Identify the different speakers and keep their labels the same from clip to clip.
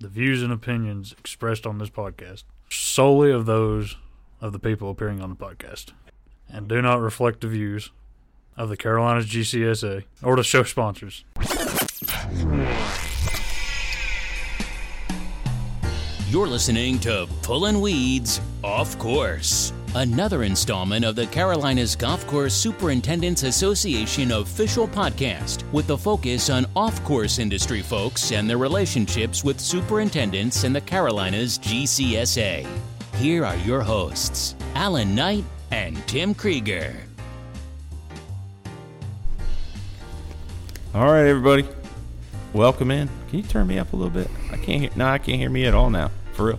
Speaker 1: The views and opinions expressed on this podcast solely of those of the people appearing on the podcast and do not reflect the views of the Carolinas GCSA or the show sponsors.
Speaker 2: You're listening to Pullin' Weeds Off Course, another installment of the Carolinas Golf Course Superintendents Association official podcast with the focus on off course industry folks and their relationships with superintendents in the Carolinas GCSA. Here are your hosts, Alan Knight and Tim Krieger.
Speaker 3: All right, everybody. Welcome in. Can you turn me up a little bit? I can't hear. No, I can't hear me at all now. For real.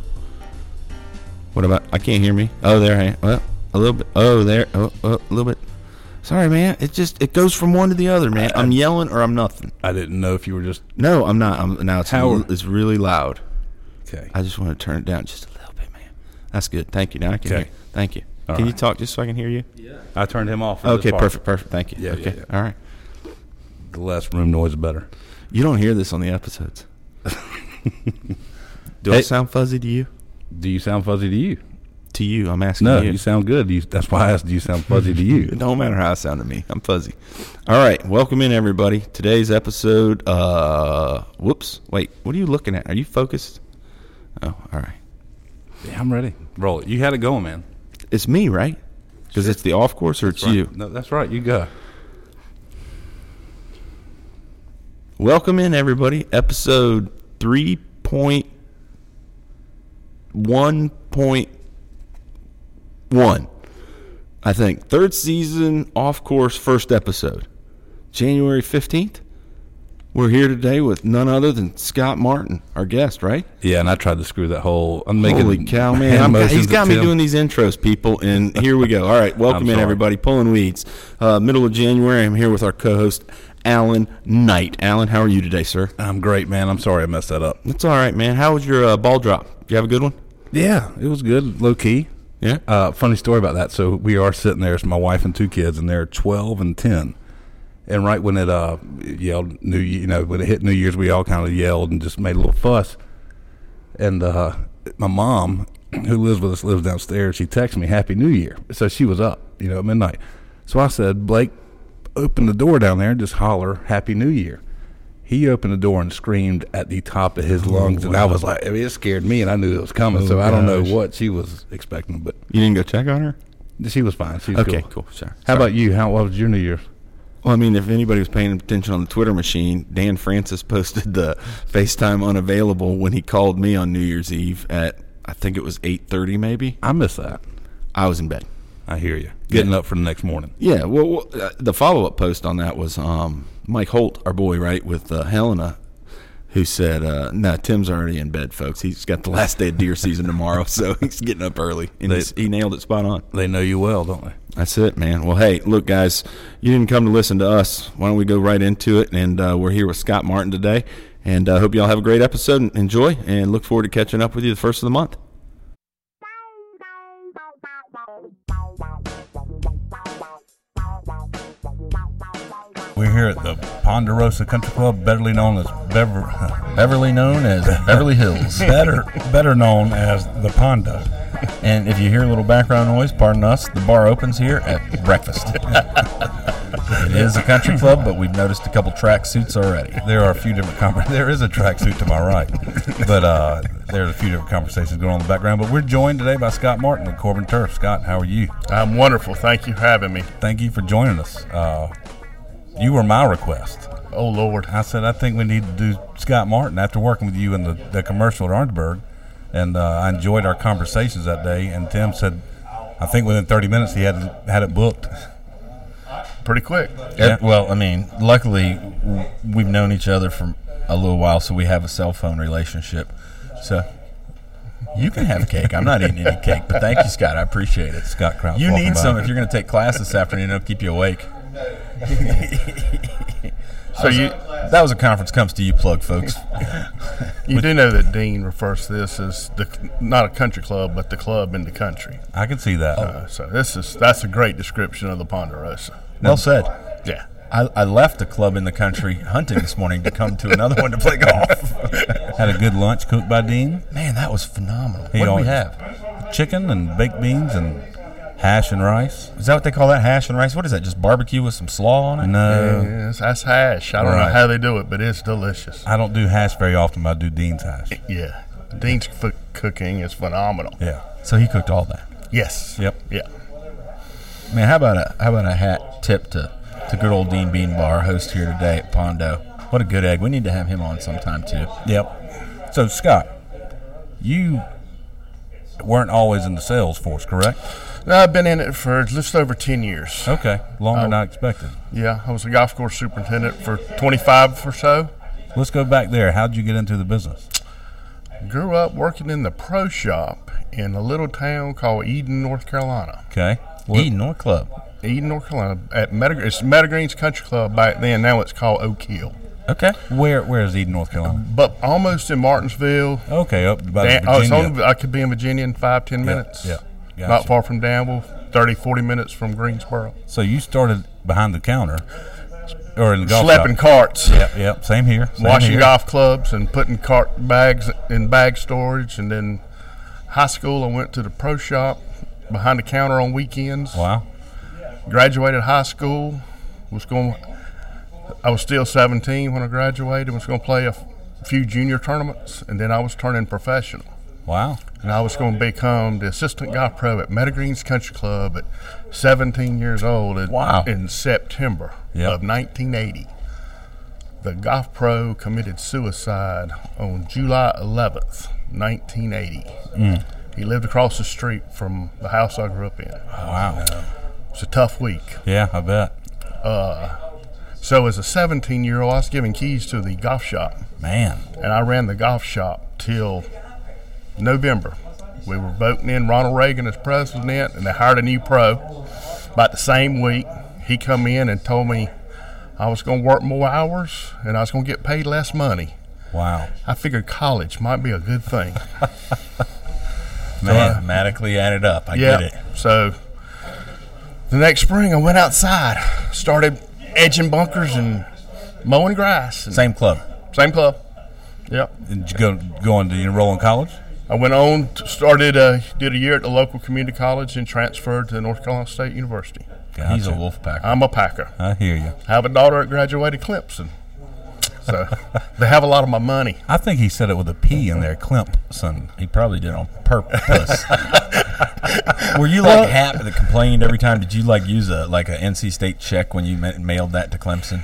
Speaker 3: What about? I can't hear me. Oh, there I am. Well, a little bit. Oh, there. Oh, oh, a little bit. Sorry, man. It just it goes from one to the other, man. I'm yelling or I'm nothing.
Speaker 4: I didn't know if you were just
Speaker 3: No, I'm not. I'm now it's
Speaker 4: Howard.
Speaker 3: it's really loud.
Speaker 4: okay.
Speaker 3: I just want to turn it down just a little bit, man. That's good. Thank you. Now I can
Speaker 4: Okay.
Speaker 3: hear. Thank you.
Speaker 4: All
Speaker 3: can you
Speaker 4: right.
Speaker 3: talk just so I can hear you? Yeah.
Speaker 4: I turned him off. for this
Speaker 3: Okay.
Speaker 4: part.
Speaker 3: Perfect. Perfect. Thank you.
Speaker 4: Yeah, yeah,
Speaker 3: okay.
Speaker 4: yeah.
Speaker 3: All right.
Speaker 4: The less room noise, the better.
Speaker 3: You don't hear this on the episodes. Do I
Speaker 4: Hey.
Speaker 3: sound fuzzy to you?
Speaker 4: Do you sound fuzzy to you?
Speaker 3: To you, I'm asking
Speaker 4: No,
Speaker 3: you.
Speaker 4: you sound good. You, that's why I asked. Do you sound fuzzy to
Speaker 3: It
Speaker 4: you?
Speaker 3: don't matter how I sound to me. I'm fuzzy. All right, welcome in everybody. Today's episode. Uh, whoops. Wait, what are you looking at? Are you focused? Oh, all right.
Speaker 4: Yeah, I'm ready. Roll it. You had it going, man.
Speaker 3: It's me, right? Because it's the off course or it's
Speaker 4: Right.
Speaker 3: you.
Speaker 4: No, that's right. You go.
Speaker 3: Welcome in everybody. Episode three point one point one. I think third season off course first episode, January fifteenth. We're here today with none other than Scott Martin, our guest, right?
Speaker 4: Yeah, and I tried to screw that whole. I'm making
Speaker 3: Holy cow, man!
Speaker 4: hand
Speaker 3: I'm-
Speaker 4: motions
Speaker 3: he's got
Speaker 4: at
Speaker 3: me
Speaker 4: Tim.
Speaker 3: doing these intros, people, and here we go. All right, welcome in
Speaker 4: sorry.
Speaker 3: everybody. Pulling weeds, uh, middle of January. I'm here with our co-host Alan Knight. Alan, how are you today, sir?
Speaker 4: I'm great, man. I'm sorry I messed that up.
Speaker 3: It's all right, man. How was your uh, ball drop? Did you have a good one?
Speaker 4: Yeah, it was good, low key.
Speaker 3: Yeah.
Speaker 4: Uh, funny story about that. So we are sitting there. It's my wife and two kids, and they're twelve and ten. And right when it uh, yelled New, Ye- you know, when it hit New Year's, we all kind of yelled and just made a little fuss. And uh, my mom, who lives with us, lives downstairs. She texted me Happy New Year. So she was up, you know, at midnight. So I said, Blake, open the door down there and just holler Happy New Year. He opened the door and screamed at the top of his lungs, and I was like, I mean, it scared me, and I knew it was coming. so I don't know
Speaker 3: gosh.
Speaker 4: what she was expecting, but
Speaker 3: You didn't go check on her?
Speaker 4: she was fine. She's
Speaker 3: Okay,
Speaker 4: cool.
Speaker 3: cool. Sure.
Speaker 4: How about you? How what was your New Year's?
Speaker 3: Well, I mean, if anybody was paying attention on the Twitter machine, Dan Francis posted the FaceTime unavailable when he called me on New Year's Eve at I think it was eight thirty, maybe.
Speaker 4: I miss that.
Speaker 3: I was in bed.
Speaker 4: I hear you. Getting up for the next morning.
Speaker 3: Yeah, well, well uh, the follow up post on that was um, Mike Holt, our boy, right, with uh, Helena, who said, uh, "No, Tim's already in bed, folks. He's got the last day of deer season tomorrow, so he's getting up early." And
Speaker 4: They-
Speaker 3: he's, he nailed it spot on.
Speaker 4: They know you well, don't they?
Speaker 3: That's it, man. Well, hey, look, guys, you didn't come to listen to us. Why don't we go right into it? And uh, we're here with Scott Martin today, and uh, hope y'all have a great episode. and Enjoy, and look forward to catching up with you the first of the month.
Speaker 4: We're here at the Ponderosa Country Club, better known as Bever-
Speaker 5: Beverly known as Beverly Hills.
Speaker 4: better better known as the Ponda.
Speaker 5: and if you hear a little background noise, pardon us, the bar opens here at breakfast. it is a country club, but we've noticed a couple track suits already.
Speaker 4: There are a few different conver- there is a tracksuit to my right, but uh, there's a few different conversations going on in the background. But we're joined today by Scott Martin at Corbin Turf. Scott, how are you?
Speaker 6: I'm wonderful. Thank you for having me.
Speaker 4: Thank you for joining us. Uh, you were my request.
Speaker 6: Oh Lord,
Speaker 4: I said, I think we need to do Scott Martin after working with you in the, the commercial at Orangeburg. And uh, I enjoyed our conversations that day. And Tim said, I think within 30 minutes he had had it booked.
Speaker 6: pretty quick.
Speaker 4: Yeah.
Speaker 5: Uh, Well, I mean, luckily w- we've known each other for a little while, so we have a cell phone relationship. So you can have cake. I'm not eating any cake, but thank you, Scott. I appreciate it.
Speaker 4: Scott Kraut's
Speaker 5: You
Speaker 4: walking
Speaker 5: need
Speaker 4: by.
Speaker 5: some if you're going to take class this afternoon. It'll keep you awake.
Speaker 6: So you
Speaker 5: That was a conference comes to you plug, folks.
Speaker 6: you do know that Dean refers to this as the not a country club, but the club in the country.
Speaker 4: I can see that.
Speaker 6: Uh, so this is that's a great description of the Ponderosa.
Speaker 5: Well said.
Speaker 6: Yeah,
Speaker 5: I, I left the club in the country hunting this morning to come to another one to play golf.
Speaker 7: Had a good lunch cooked by Dean.
Speaker 5: Man, that was phenomenal.
Speaker 7: He
Speaker 5: What did we
Speaker 7: always-
Speaker 5: have?
Speaker 7: Chicken and baked beans and hash and rice.
Speaker 5: Is that what they call that hash and rice? What is that? Just barbecue with some slaw on it?
Speaker 7: No,
Speaker 6: Yes, that's hash. I don't
Speaker 7: Right.
Speaker 6: know how they do it, but it's delicious.
Speaker 7: I don't do hash very often, but I do Dean's hash.
Speaker 6: Yeah. Dean's f- cooking is phenomenal.
Speaker 7: Yeah.
Speaker 5: So he cooked all that.
Speaker 6: Yes.
Speaker 7: Yep.
Speaker 6: Yeah.
Speaker 5: Man, how about a how about a hat tip to to good old Dean Bean Bar host here today at Pondo? What a good egg! We need to have him on sometime too.
Speaker 7: Yep. So Scott, you weren't always in the sales force, correct?
Speaker 6: I've been in it for just over 10 years.
Speaker 7: Okay. Longer
Speaker 5: Oh.
Speaker 7: than I expected.
Speaker 6: Yeah, I was a golf course superintendent for 25 or so.
Speaker 7: Let's go back there. How'd you get into the business?
Speaker 6: Grew up working in the pro shop in a little town called Eden, North Carolina.
Speaker 7: Okay. What-
Speaker 5: Eden North Club.
Speaker 6: Eden, North Carolina, at Meta, it's Metagreen's Country Club back then. Now it's called Oak Hill.
Speaker 5: Okay.
Speaker 7: Where Where is Eden, North Carolina?
Speaker 6: But almost in Martinsville.
Speaker 7: Okay, up by
Speaker 6: Dan-
Speaker 5: oh,
Speaker 7: Virginia.
Speaker 6: I, was on, I could be in Virginia in five, ten minutes.
Speaker 7: yeah, gotcha.
Speaker 6: Not far from Danville, 30, 40 minutes from Greensboro.
Speaker 7: so you started behind the counter, or in the golf
Speaker 6: Schlepping
Speaker 7: shop.
Speaker 6: carts.
Speaker 7: Yep, yep. Same here. Same
Speaker 6: washing
Speaker 7: here.
Speaker 6: golf clubs and putting cart bags in bag storage. And then high school, I went to the pro shop behind the counter on weekends.
Speaker 7: Wow.
Speaker 6: Graduated high school. Was going. I was still 17 when I graduated. Was going to play a f- few junior tournaments, and then I was turning professional.
Speaker 7: Wow.
Speaker 6: And I was going to become the assistant golf pro at Metagreen's Country Club at 17 years old in,
Speaker 5: Wow.
Speaker 6: in September
Speaker 7: Yep.
Speaker 6: of 1980. The golf pro committed suicide on July 11th, 1980. He lived across the street from the house I grew up in. It
Speaker 7: Wow.
Speaker 6: was a tough week.
Speaker 7: Yeah, I bet.
Speaker 6: So, as a 17 year old, I was giving keys to the golf shop,
Speaker 7: Man.
Speaker 6: and I ran the golf shop till November. We were voting in Ronald Reagan as president, and they hired a new pro. About the same week, he come in and told me I was going to work more hours and I was going to get paid less money.
Speaker 7: Wow.
Speaker 6: I figured college might be a good thing.
Speaker 5: Mathematically added up. I
Speaker 6: yeah.
Speaker 5: get it.
Speaker 6: So the next spring, I went outside, started edging bunkers and mowing grass. And
Speaker 5: Same club.
Speaker 6: same club. Yep.
Speaker 7: Did you go going to enroll in college?
Speaker 6: I went on, t- started, uh, did a year at the local community college, and transferred to North Carolina State University.
Speaker 7: Gotcha.
Speaker 5: He's a wolf packer.
Speaker 6: I'm a Packer.
Speaker 7: I hear you.
Speaker 6: I have a daughter that graduated Clemson, so they have a lot of my money.
Speaker 7: I think he said it with a P in there, Clemson.
Speaker 5: He probably did on purpose. Were you like Hap that complained every time? Did you like use a like a NC State check when you ma- mailed that to Clemson?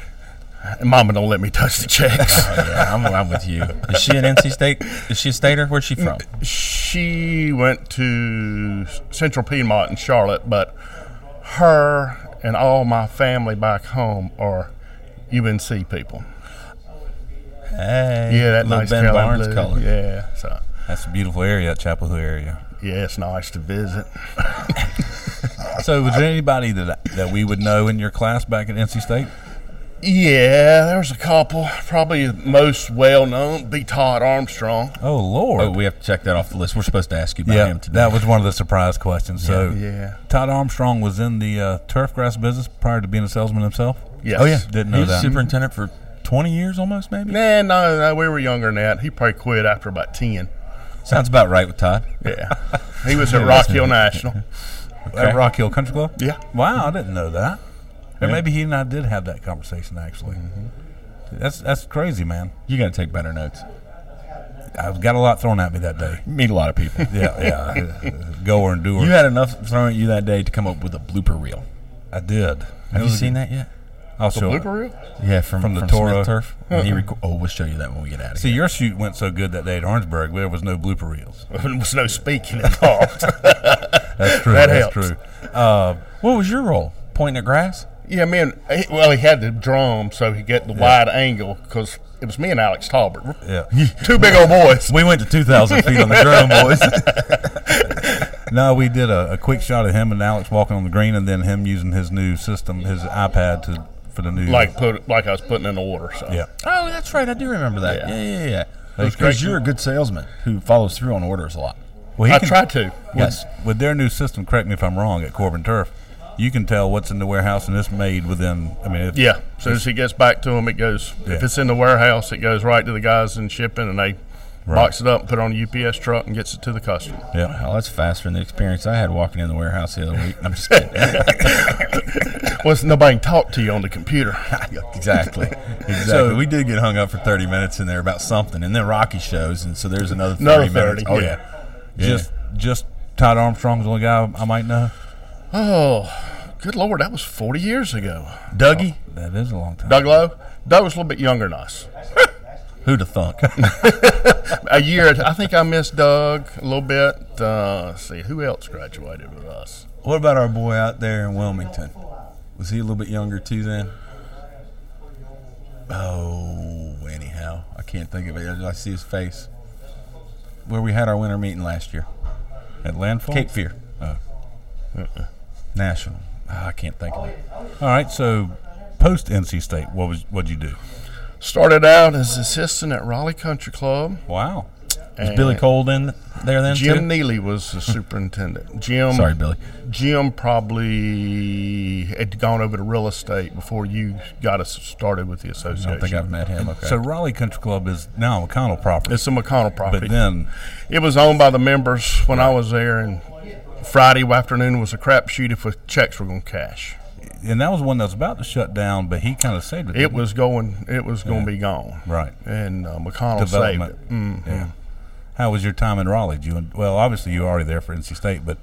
Speaker 6: And Mama don't let me touch the checks.
Speaker 5: Yeah, I'm, I'm with you. Is she an NC State? Is she a stater? Where's she from?
Speaker 6: she went to Central Piedmont in Charlotte, but her and all my family back home are UNC people.
Speaker 5: Hey,
Speaker 6: Yeah, that
Speaker 5: little
Speaker 6: nice
Speaker 5: Ben
Speaker 6: Carolina
Speaker 5: Barnes
Speaker 6: blue.
Speaker 5: color.
Speaker 6: Yeah, so
Speaker 7: That's a beautiful area, that Chapel Hill area.
Speaker 6: yeah, it's nice to visit.
Speaker 7: So, was there anybody that that we would know in your class back at NC State?
Speaker 6: Yeah, there's a couple. Probably the most well known be Todd Armstrong.
Speaker 7: Oh Lord!
Speaker 5: Oh, we have to check that off the list. We're supposed to ask you about
Speaker 7: yeah,
Speaker 5: him today.
Speaker 7: that was one of the surprise questions. So,
Speaker 6: Yeah.
Speaker 7: Todd Armstrong was in the uh, turf grass business prior to being a salesman himself.
Speaker 6: Yes.
Speaker 5: oh yeah,
Speaker 7: Didn't
Speaker 5: he
Speaker 7: know
Speaker 5: was
Speaker 7: that.
Speaker 5: superintendent for 20 years almost, maybe.
Speaker 6: Nah, no, no, we were younger than that. He probably quit after about ten.
Speaker 5: Sounds about right with Todd.
Speaker 6: Yeah. He was at Rock Hill National.
Speaker 7: At Rock Hill Country Club?
Speaker 6: Yeah.
Speaker 7: Wow, I didn't know that. Or maybe he and I did have that conversation actually.
Speaker 5: Mm-hmm.
Speaker 7: That's that's crazy, man.
Speaker 5: You got to take better notes.
Speaker 7: I've got a lot thrown at me that day.
Speaker 5: Meet a lot of people.
Speaker 7: Yeah, yeah. Goer and doer.
Speaker 5: you had enough thrown at you that day to come up with a blooper reel.
Speaker 7: I did.
Speaker 5: Have you seen that yet?
Speaker 7: I'll show it.
Speaker 6: Blooper reel?
Speaker 5: Yeah, from
Speaker 7: From the
Speaker 5: Smith
Speaker 7: Toro.
Speaker 5: turf. When he reco- oh, we'll show you that when we get out of
Speaker 7: See,
Speaker 5: here.
Speaker 7: your shoot went so good that day at Orangeburg, there was no blooper reels.
Speaker 6: There was no speaking involved.
Speaker 7: That's true.
Speaker 6: That
Speaker 7: that's
Speaker 6: helps.
Speaker 7: true. Uh,
Speaker 5: What was your role? Pointing at grass.
Speaker 6: yeah, me and he- well, he had the drum, so he got the wide angle because it was me and Alex Talbert.
Speaker 7: yeah.
Speaker 6: Two big old boys.
Speaker 7: We went to 2,000 feet on the drone, boys. no, we did a, a quick shot of him and Alex walking on the green, and then him using his new system, his iPad, to for the new.
Speaker 6: Like put like I was putting in order. So
Speaker 7: yeah,
Speaker 5: Oh, that's right. I do remember that.
Speaker 6: Yeah.
Speaker 5: Yeah, yeah, yeah.
Speaker 7: was
Speaker 5: Because
Speaker 7: great.
Speaker 5: you're a good salesman who follows through on orders a lot.
Speaker 7: well, he
Speaker 6: I
Speaker 7: can-
Speaker 6: tried to.
Speaker 7: With, with their new system, correct me if I'm wrong, at Corbin Turf, you can tell what's in the warehouse and it's made within. I mean, if,
Speaker 6: Yeah. As soon as he gets back to him, it goes. If
Speaker 7: Yeah.
Speaker 6: it's in the warehouse, it goes right to the guys in shipping, and they
Speaker 7: Right.
Speaker 6: box it up, and put it on a UPS truck, and gets it to the customer.
Speaker 7: yeah.
Speaker 5: Well, that's faster than the experience I had walking in the warehouse the other week. I'm just kidding.
Speaker 6: Well, it's- nobody can talk to you on the computer.
Speaker 5: exactly. Exactly. So we did get hung up for 30 minutes in there about something, and then Rocky shows, and so there's another 30
Speaker 6: Another
Speaker 5: minutes.
Speaker 6: 30,
Speaker 5: Oh
Speaker 6: yeah.
Speaker 5: yeah.
Speaker 7: Just just Todd Armstrong's the only guy I might know.
Speaker 6: Oh, good lord, that was forty years ago.
Speaker 5: Dougie,
Speaker 7: That is a long time.
Speaker 6: Doug Lowe. Doug was a little bit younger than us.
Speaker 5: who'd have thunk?
Speaker 6: A year. I think I missed Doug a little bit. Uh, let's see who else graduated with us.
Speaker 5: what about our boy out there in Wilmington? Was he a little bit younger too then? Oh, anyhow, I can't think of it. I see his face. Where we had our winter meeting last year,
Speaker 7: At landfall.
Speaker 5: Cape Fear, Uh,
Speaker 6: Uh-uh.
Speaker 5: National. Ah, I can't think of it.
Speaker 7: All right. So post NC State, what was what'd you do?
Speaker 6: Started out as assistant at Raleigh Country Club.
Speaker 7: Wow.
Speaker 5: Was Billy Cole in there then
Speaker 6: Jim
Speaker 5: too?
Speaker 6: Neely was the superintendent. Jim.
Speaker 5: Sorry, Billy.
Speaker 6: Jim probably had gone over to real estate before you got us started with the
Speaker 5: I
Speaker 6: association.
Speaker 5: don't think I've met him. Okay.
Speaker 7: So Raleigh Country Club is now McConnell property,
Speaker 6: it's a McConnell property.
Speaker 7: but then
Speaker 6: It was owned by the members when I was there, and Friday afternoon was a crapshoot if checks were going to cash.
Speaker 7: and that was one that was about to shut down, but he kind of saved it.
Speaker 6: It was going. It was going to be gone.
Speaker 7: right.
Speaker 6: And uh, McConnell saved
Speaker 7: Development.
Speaker 6: it. Mm-hmm.
Speaker 7: Yeah. How was your time in Raleigh? Did you en- well, obviously you were already there for NC State, but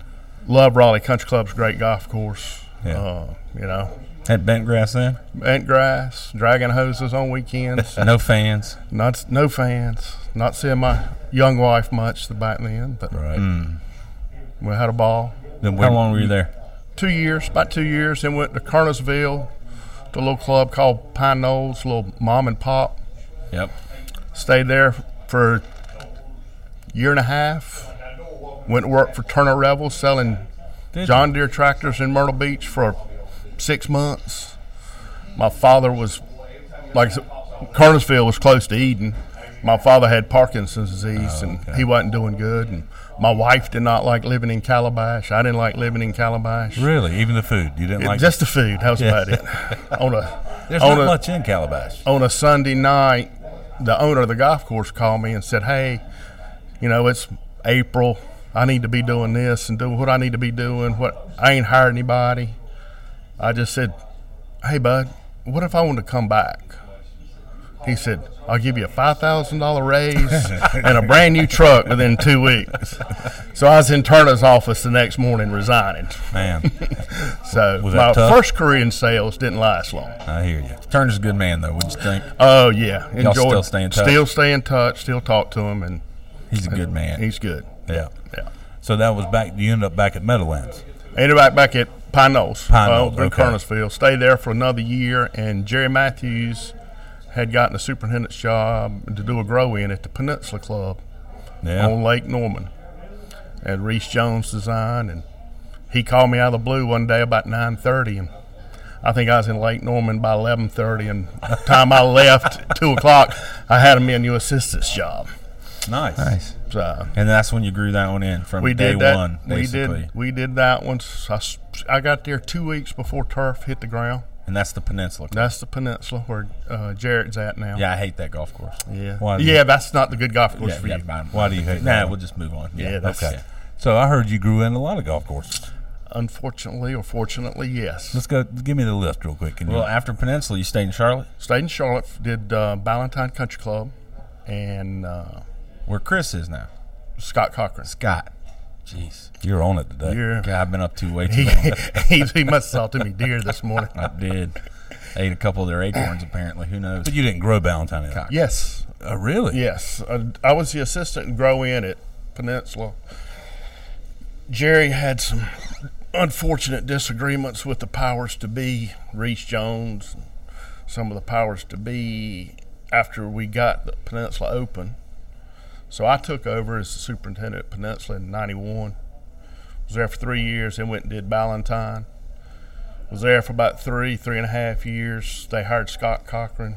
Speaker 6: Love Raleigh Country Club's great golf course.
Speaker 7: Yeah.
Speaker 6: Uh, you know,
Speaker 5: Had bent grass then?
Speaker 6: ant grass, dragon hoses on weekends.
Speaker 5: No fans.
Speaker 6: not no fans. Not seeing my young wife much the back then, but
Speaker 7: right.
Speaker 6: we had a ball.
Speaker 7: Then
Speaker 5: How long were you there?
Speaker 6: two years, about two years, then went to Kernersville to a little club called Pine Knolls, little mom and pop.
Speaker 5: Yep.
Speaker 6: Stayed there for a year and a half. Went to work for Turner Revel selling John Deere tractors in Myrtle Beach for six months. My father was, like, I said, Kernersville was close to Eden. My father had Parkinson's disease and he wasn't doing good. And my wife did not like living in Calabash. I didn't like living in Calabash.
Speaker 7: Really, even the food you didn't
Speaker 6: It-
Speaker 7: like.
Speaker 6: just the food. That was about it. on a
Speaker 7: there's
Speaker 6: on
Speaker 7: not
Speaker 6: a,
Speaker 7: much in Calabash.
Speaker 6: on a Sunday night, the owner of the golf course called me and said, "Hey, you know it's April. I need to be doing this and doing what I need to be doing. What I ain't hired anybody." I just said, "Hey, bud, what if I want to come back?" He said, "I'll give you a five thousand dollar raise and a brand new truck within two weeks." So I was in Turner's office the next morning resigning.
Speaker 7: Man,
Speaker 6: So
Speaker 7: Was
Speaker 6: my
Speaker 7: that tough?
Speaker 6: first career in sales didn't last long.
Speaker 7: I hear you.
Speaker 5: Turner's a good man, though. Would you think?
Speaker 6: Oh yeah, enjoyed.
Speaker 5: still stay in touch?
Speaker 6: Still stay in touch. Still talk to him, and
Speaker 5: He's a good man.
Speaker 6: he's good.
Speaker 7: Yeah.
Speaker 6: Yeah.
Speaker 7: So that was back. You ended up back at Meadowlands.
Speaker 6: Ended back back at Pine Knolls,
Speaker 7: Pine Knolls,
Speaker 6: over in
Speaker 7: okay.
Speaker 6: Kernersville. Stayed there for another year, and Jerry Matthews had gotten a superintendent's job to do a grow in at the Peninsula Club
Speaker 7: Yeah.
Speaker 6: on Lake Norman, and Reese Jones designed. And he called me out of the blue one day about nine thirty, and I think I was in Lake Norman by eleven thirty. And by the time I left at two o'clock, I had him in new assistant's job.
Speaker 7: Nice.
Speaker 5: Nice.
Speaker 6: So
Speaker 5: And that's when you grew that one in from
Speaker 6: we
Speaker 5: day
Speaker 6: did that.
Speaker 5: one, basically.
Speaker 6: We did we did that once. I, s- I got there two weeks before turf hit the ground.
Speaker 5: And that's the peninsula.
Speaker 6: That's the peninsula where uh, Jarrett's at now.
Speaker 5: Yeah, I hate that golf course.
Speaker 6: yeah,
Speaker 7: Why do you-
Speaker 6: yeah. That's not the good golf course
Speaker 5: Yeah,
Speaker 6: for
Speaker 5: yeah,
Speaker 6: you.
Speaker 5: fine.
Speaker 7: Why do you hate
Speaker 5: Nah,
Speaker 7: that?
Speaker 5: we'll just move on.
Speaker 6: Yeah, that's-
Speaker 5: okay.
Speaker 7: So I heard you grew in a lot of golf courses.
Speaker 6: Unfortunately or fortunately, yes.
Speaker 7: Let's go. Give me the list real quick. Can you?
Speaker 5: Well, after peninsula, you stayed in Charlotte,
Speaker 6: Stayed in Charlotte. Did uh, Ballantine Country Club and uh,
Speaker 5: where Chris is now.
Speaker 6: Scott Cochran.
Speaker 5: Scott. Jeez.
Speaker 7: you're on it today.
Speaker 6: Yeah.
Speaker 5: God, I've been up too way too
Speaker 6: He,
Speaker 5: long.
Speaker 6: he, he must have saw too many deer this morning.
Speaker 5: I did. Ate a couple of their acorns, apparently. Who knows?
Speaker 7: But you didn't grow Valentine. in.
Speaker 6: Yes,
Speaker 7: Oh, really?
Speaker 6: Yes, I, I was the assistant grow in at Peninsula. Jerry had some unfortunate disagreements with the powers to be, Reese Jones, and some of the powers to be after we got the Peninsula open. So I took over as the superintendent at Peninsula in '91. Was there for three years, then went and did Ballantine. Was there for about three, three and a half years. They hired Scott Cochran.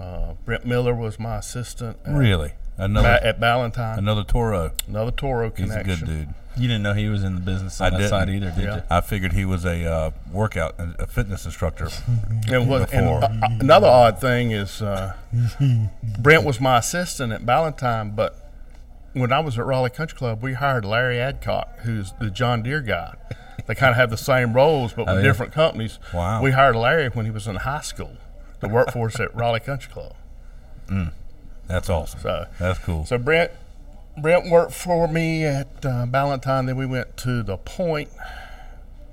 Speaker 6: Uh, Brent Miller was my assistant. at
Speaker 7: Really? Another
Speaker 6: Ma- at Valentine.
Speaker 7: another Toro.
Speaker 6: Another Toro
Speaker 7: He's
Speaker 6: connection.
Speaker 7: a good dude.
Speaker 5: You didn't know he was in the business
Speaker 7: I
Speaker 5: on that
Speaker 7: didn't.
Speaker 5: side either, did
Speaker 6: Yeah.
Speaker 5: you?
Speaker 7: I figured he was a uh, workout, a fitness instructor.
Speaker 6: And, what, and
Speaker 7: Before.
Speaker 6: uh, another odd thing is uh, Brent was my assistant at Valentine, but when I was at Raleigh Country Club, we hired Larry Adcock, who's the John Deere guy. They kind of have the same roles, but with
Speaker 7: Oh, yeah.
Speaker 6: different companies.
Speaker 7: Wow.
Speaker 6: We hired Larry when he was in high school to work for us at Raleigh Country Club.
Speaker 7: That's awesome.
Speaker 6: So-
Speaker 7: That's cool.
Speaker 6: So Brent, Brent worked for me at uh, Valentine. Then we went to the Point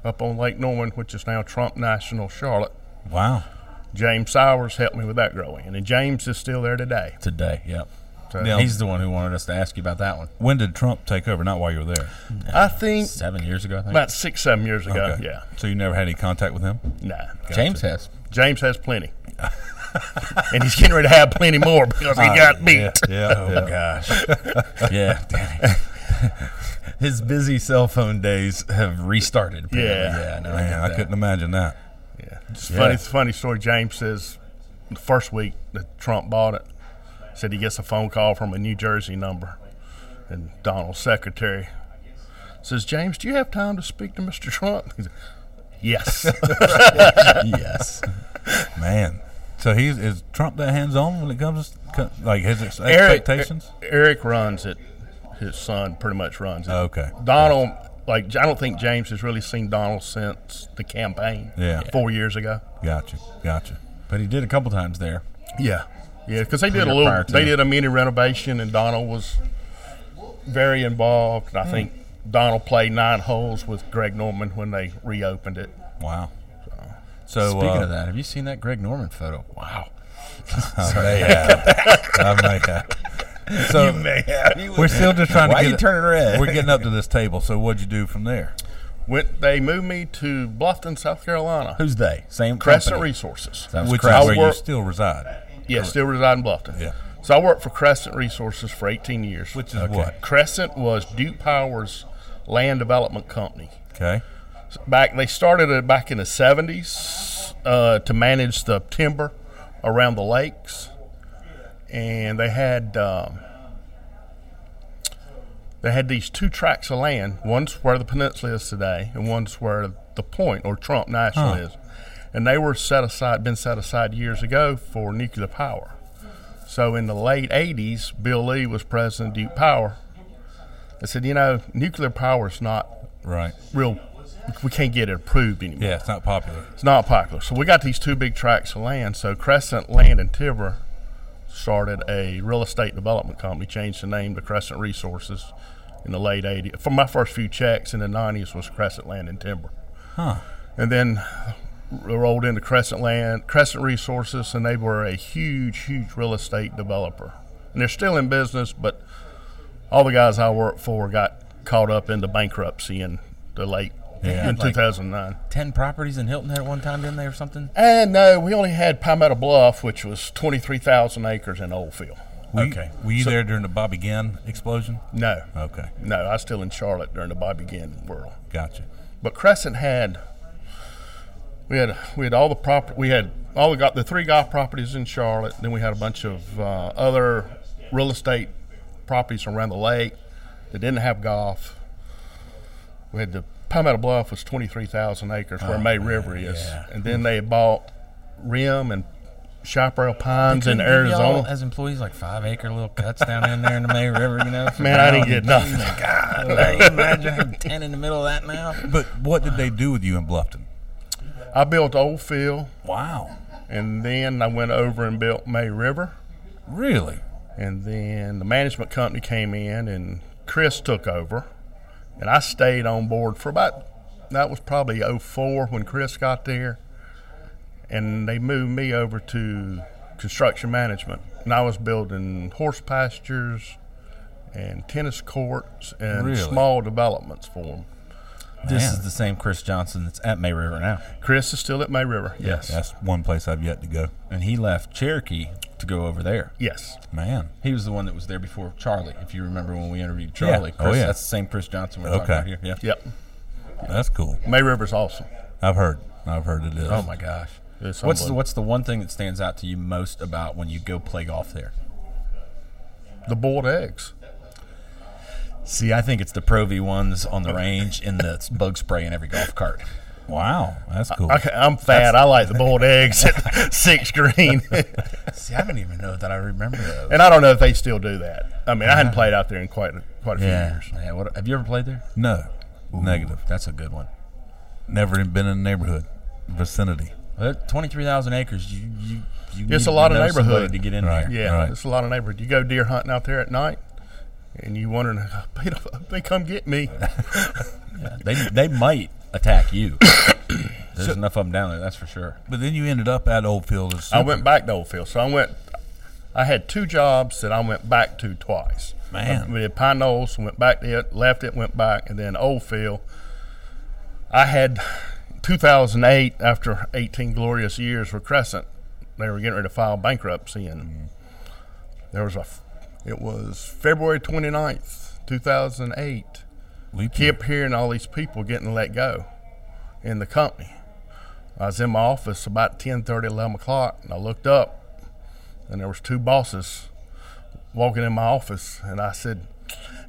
Speaker 6: up on Lake Norman, which is now Trump National Charlotte.
Speaker 7: wow.
Speaker 6: James Sowers helped me with that growing, and then James is still there today.
Speaker 5: Today, yep.
Speaker 7: Now-
Speaker 5: He's the one who wanted us to ask you about that one.
Speaker 7: When did Trump take over? Not while you were there.
Speaker 6: I think
Speaker 5: Seven years ago, I think.
Speaker 6: about six, seven years ago. Yeah,
Speaker 7: So you never had any contact with him?
Speaker 6: nah.
Speaker 5: James has.
Speaker 6: James has plenty, and he's getting ready to have plenty more because
Speaker 5: Uh,
Speaker 6: he got beat.
Speaker 7: Yeah. yeah,
Speaker 5: Oh,
Speaker 7: yeah.
Speaker 5: gosh. yeah. Damn it. His busy cell phone days have restarted. apparently.
Speaker 6: Yeah.
Speaker 5: Yeah, no, I
Speaker 7: Man,
Speaker 5: got
Speaker 7: I
Speaker 5: that.
Speaker 7: couldn't imagine that.
Speaker 6: Yeah. It's funny, it's a funny story. James says the first week that Trump bought it, said he gets a phone call from a New Jersey number, and Donald's secretary says, "James, do you have time to speak to Mr. Trump?" He said, yes.
Speaker 5: yes.
Speaker 7: Man. So he's is Trump that hands on when it comes to co- like his ex-
Speaker 6: Eric, E-,
Speaker 7: expectations?
Speaker 6: Eric runs it. His son pretty much runs it.
Speaker 7: Okay.
Speaker 6: Donald, like I don't think James has really seen Donald since the campaign.
Speaker 7: Yeah.
Speaker 6: Four years ago.
Speaker 7: Gotcha. Gotcha.
Speaker 5: But he did a couple times there.
Speaker 6: Yeah, yeah, because they did
Speaker 5: Prior-
Speaker 6: a
Speaker 5: prior
Speaker 6: little.
Speaker 5: to.
Speaker 6: They did a mini renovation, and Donald was very involved. And I think Donald played nine holes with Greg Norman when they reopened it.
Speaker 7: Wow. So
Speaker 5: Speaking
Speaker 7: uh,
Speaker 5: of that, have you seen that Greg Norman photo? Wow.
Speaker 7: I may have. I may have. So we're still just trying
Speaker 5: Why
Speaker 7: to get
Speaker 5: you turning red?
Speaker 7: We're getting up to this table. So what'd you do from there?
Speaker 6: Went they moved me to Bluffton, South Carolina.
Speaker 5: Who's they? Same
Speaker 6: Crescent
Speaker 5: company.
Speaker 6: Resources.
Speaker 5: That was
Speaker 7: Which
Speaker 5: Crescent.
Speaker 7: is where
Speaker 6: I work-
Speaker 7: you still reside.
Speaker 6: Yeah, still reside in Bluffton.
Speaker 7: Yeah.
Speaker 6: So I worked for Crescent Resources for 18 years.
Speaker 7: Which is what?
Speaker 6: Crescent was Duke Power's land development company.
Speaker 7: Okay.
Speaker 6: back they started it back in the 70s uh, to manage the timber around the lakes and they had um, they had these two tracts of land one's where the peninsula is today and one's where the point or trump national is and they were set aside been set aside years ago for nuclear power so in the late 80s bill lee was president of duke power i said you know nuclear power is not
Speaker 7: Right.
Speaker 6: real we can't get it approved anymore.
Speaker 7: Yeah, it's not popular.
Speaker 6: It's not popular. So we got these two big tracts of land. So Crescent Land and Timber started a real estate development company, changed the name to Crescent Resources in the late 80s. For my first few checks in the 90s was Crescent Land and Timber.
Speaker 7: Huh.
Speaker 6: And then we rolled into Crescent Land, Crescent Resources, and they were a huge, huge real estate developer. And they're still in business, but all the guys I worked for got caught up into bankruptcy in the late
Speaker 5: Yeah,
Speaker 6: in
Speaker 5: like-
Speaker 6: 2009.
Speaker 5: Ten properties in Hilton at one time, didn't they, or something?
Speaker 6: And no, we only had Palmetto Bluff, which was 23,000 acres in Oldfield.
Speaker 7: Were you-
Speaker 5: Okay.
Speaker 7: were you there during the Bobby Ginn explosion?
Speaker 6: No,
Speaker 7: Okay.
Speaker 6: no, I was still in Charlotte during the Bobby Ginn world.
Speaker 7: Gotcha.
Speaker 6: But Crescent had we had we had all the property we had all the got the three golf properties in Charlotte. Then we had a bunch of uh, other real estate properties around the lake that didn't have golf. We had the Palmetto Bluff was twenty three thousand acres where May River is, and then they bought Rim and Chaparral Pines in
Speaker 5: Couldn't give y'all,
Speaker 6: Arizona.
Speaker 5: as employees, like five acre little cuts down in there in the May River, you know. Oh,
Speaker 6: Man, I didn't get nothing.
Speaker 5: God, can you imagine having ten in the middle of that now.
Speaker 7: But what did they do with you in Bluffton?
Speaker 6: I built Oldfield,
Speaker 7: Wow.
Speaker 6: and then I went over and built May River.
Speaker 7: Really?
Speaker 6: and then the management company came in and chris took over and i stayed on board for about that was probably 04 when chris got there and they moved me over to construction management and i was building horse pastures and tennis courts and
Speaker 7: Really?
Speaker 6: small developments for them
Speaker 5: This
Speaker 7: Man.
Speaker 5: is the same Chris Johnson that's at May River now,
Speaker 6: chris is still at may river yes
Speaker 7: That's one place I've yet to go.
Speaker 5: and he left Cherokee to go over there.
Speaker 6: yes
Speaker 7: Man.
Speaker 5: He was the one that was there before Charlie, if you remember when we interviewed Charlie.
Speaker 7: Oh,
Speaker 5: Chris,
Speaker 7: yeah.
Speaker 5: That's the same Chris Johnson we're
Speaker 7: Okay.
Speaker 5: talking about here. Yeah.
Speaker 6: yep
Speaker 7: That's cool.
Speaker 6: may river's awesome
Speaker 7: I've heard. I've heard it is.
Speaker 5: Oh my gosh.
Speaker 6: It's
Speaker 5: What's the,
Speaker 6: unbelievable.
Speaker 5: what's the one thing that stands out to you most about when you go play golf there?
Speaker 6: the boiled eggs.
Speaker 5: See, I think it's the Pro V ones on the range and the bug spray in every golf cart.
Speaker 7: Wow, that's cool.
Speaker 6: I, am fat. I like the boiled eggs at six green,
Speaker 5: See, I don't even know that I remember those.
Speaker 6: and I don't know if they still do that. I mean, I hadn't played out there in quite a, quite a few
Speaker 5: Yeah,
Speaker 6: years.
Speaker 5: yeah. What, have you ever played there?
Speaker 7: no, negative.
Speaker 5: That's a good one.
Speaker 7: Never even been in the neighborhood vicinity.
Speaker 5: Twenty three thousand acres. You you you.
Speaker 6: It's
Speaker 5: need
Speaker 6: a lot
Speaker 5: to
Speaker 6: of
Speaker 5: know somebody
Speaker 6: neighborhood.
Speaker 5: to get in
Speaker 7: Right.
Speaker 5: there.
Speaker 6: Yeah,
Speaker 7: Right.
Speaker 6: it's a lot of neighborhood. You go deer hunting out there at night, and you wondering, Peter, they come get me.
Speaker 5: They they might attack you. There's enough of them down there. That's for sure.
Speaker 7: But then you ended up at Old Field. as
Speaker 6: I went back to Oldfield, so I went. I had two jobs that I went back to twice.
Speaker 7: Man.
Speaker 6: I- we did Pine Knolls, went back to it, left it, went back, and then Oldfield. I had 2008 after 18 glorious years for Crescent. They were getting ready to file bankruptcy, and there was a. f- It was February 29th, 2008
Speaker 7: Leap year.
Speaker 6: kept hearing all these people getting let go in the company. I was in my office about 10, 11 o'clock, and I looked up, and there was two bosses walking in my office, and I said,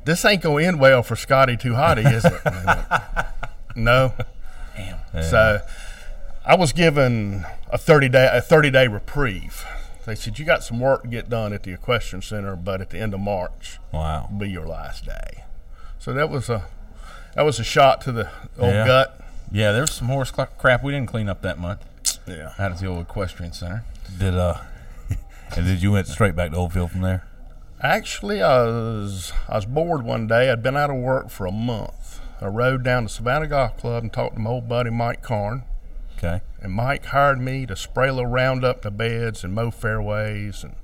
Speaker 6: this ain't going to end well for Scotty Too Hottie, is it? And they went, no. So I was given a 30 day a 30 day reprieve. They said, you got some work to get done at the Equestrian Center, but at the end of March,
Speaker 7: Wow.
Speaker 6: be your last day. So that was a that was a shot to the old
Speaker 7: Yeah.
Speaker 6: gut.
Speaker 5: Yeah, there's some horse cla- crap we didn't clean up that month
Speaker 6: Yeah.
Speaker 5: out at the old equestrian center.
Speaker 7: Did uh, and did you went straight back to Old Field from there?
Speaker 6: Actually, I was I was bored one day. I'd been out of work for a month. I rode down to Savannah Golf Club and talked to my old buddy Mike Carn.
Speaker 7: Okay.
Speaker 6: And Mike hired me to spray a little round up the beds and mow fairways and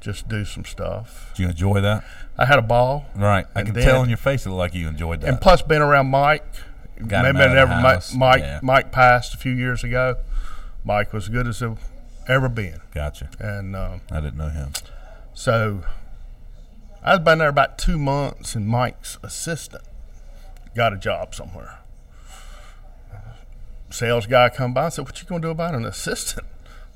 Speaker 6: just do some stuff.
Speaker 7: Did you enjoy that?
Speaker 6: I had a ball.
Speaker 7: Right. I
Speaker 6: And
Speaker 7: can
Speaker 6: then-
Speaker 7: tell on your face it looked like you enjoyed that.
Speaker 6: And plus, being around Mike,
Speaker 7: Got him
Speaker 6: maybe
Speaker 7: out of the
Speaker 6: never Mi-
Speaker 7: house.
Speaker 6: Mike.
Speaker 7: Yeah.
Speaker 6: Mike passed a few years ago. Mike was good as I've ever been,
Speaker 7: gotcha.
Speaker 6: and um,
Speaker 7: I didn't know him.
Speaker 6: So i had been there about two months, and Mike's assistant got a job somewhere. Sales guy come by and said, "What you gonna do about an assistant?"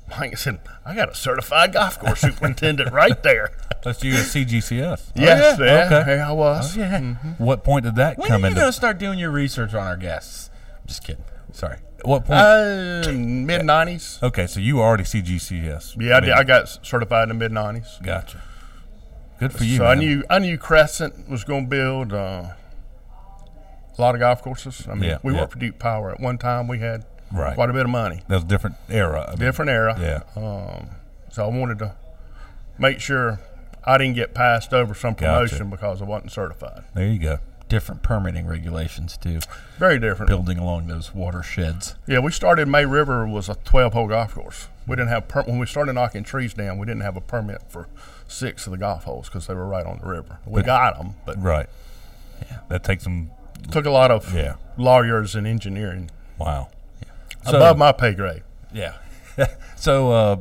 Speaker 6: Mike said, "I got a certified golf course superintendent right there."
Speaker 7: That's you at CGCS.
Speaker 6: yes, yeah,
Speaker 7: Oh, Okay.
Speaker 6: there I was.
Speaker 5: Yeah.
Speaker 7: What point did that
Speaker 5: When
Speaker 7: come
Speaker 5: are
Speaker 7: in?
Speaker 5: you gonna start doing your research on our guests? I'm just kidding. Sorry.
Speaker 7: What point? Oh,
Speaker 6: Uh, mid nineties.
Speaker 7: okay, so you were already CGCS.
Speaker 6: Yeah, I, did. I got certified in the mid nineties.
Speaker 7: Gotcha. Good for you.
Speaker 6: so I
Speaker 7: man.
Speaker 6: knew I knew Crescent was going to build uh, a lot of golf courses. I mean,
Speaker 7: Yeah,
Speaker 6: we
Speaker 7: yeah.
Speaker 6: worked for Duke Power at one time. We had
Speaker 7: Right.
Speaker 6: quite a bit of money,
Speaker 7: that was a different era. I mean,
Speaker 6: different era.
Speaker 7: Yeah.
Speaker 6: Um, so I wanted to make sure I didn't get passed over some
Speaker 7: Gotcha.
Speaker 6: promotion because I wasn't certified.
Speaker 7: There you go.
Speaker 5: Different permitting regulations too.
Speaker 6: Very different.
Speaker 5: Building along those watersheds.
Speaker 6: Yeah, we started May River was a 12 hole golf course. We didn't have per- when we started knocking trees down. We didn't have a permit for six of the golf holes because they were right on the river. We got 'em, got them, but
Speaker 7: Right. Yeah. That takes some.
Speaker 6: took a lot of
Speaker 7: Yeah.
Speaker 6: lawyers and engineering
Speaker 7: Wow.
Speaker 6: above my pay grade.
Speaker 7: Yeah. so, uh,